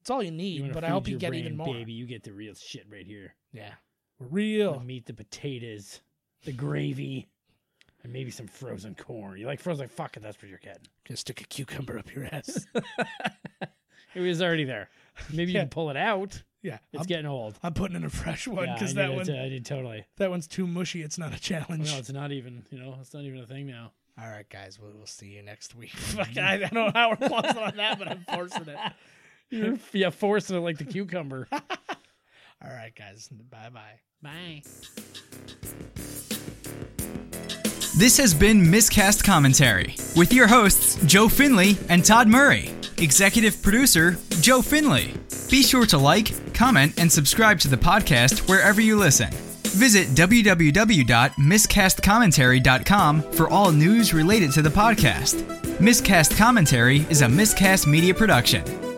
Speaker 2: It's all you
Speaker 3: You
Speaker 2: need,
Speaker 3: wanna
Speaker 2: but I
Speaker 3: feed
Speaker 2: hope you
Speaker 3: your
Speaker 2: get
Speaker 3: brain,
Speaker 2: even more.
Speaker 3: Baby, you get the real shit right here.
Speaker 2: Yeah,
Speaker 3: The
Speaker 2: real.
Speaker 3: meat, the potatoes, the gravy, and maybe some frozen corn. You like frozen? Fuck it, that's what you're getting.
Speaker 2: Just stick a cucumber up your ass.
Speaker 3: It was already there. Maybe you
Speaker 2: Yeah.
Speaker 3: can pull it out.
Speaker 2: yeah,
Speaker 3: It's
Speaker 2: I'm-
Speaker 3: getting old.
Speaker 2: I'm putting in a fresh one
Speaker 3: Yeah,
Speaker 2: because
Speaker 3: I
Speaker 2: that
Speaker 3: did,
Speaker 2: one
Speaker 3: I did totally.
Speaker 2: that one's too mushy. It's not a challenge.
Speaker 3: Oh, No, it's not even. You know, it's not even a thing now.
Speaker 2: All right, guys, we will see you next week. Fuck, I, I don't know how we're closing on that, but I'm forcing it.
Speaker 3: You're yeah, forcing it like the cucumber.
Speaker 2: All right, guys, bye bye.
Speaker 4: Bye.
Speaker 6: This has been Miscast Commentary with your hosts, Joe Finley and Todd Murray. Executive producer, Joe Finley. Be sure to like, comment, and subscribe to the podcast wherever you listen. Visit www.miscastcommentary.com for all news related to the podcast. Miscast Commentary is a miscast media production.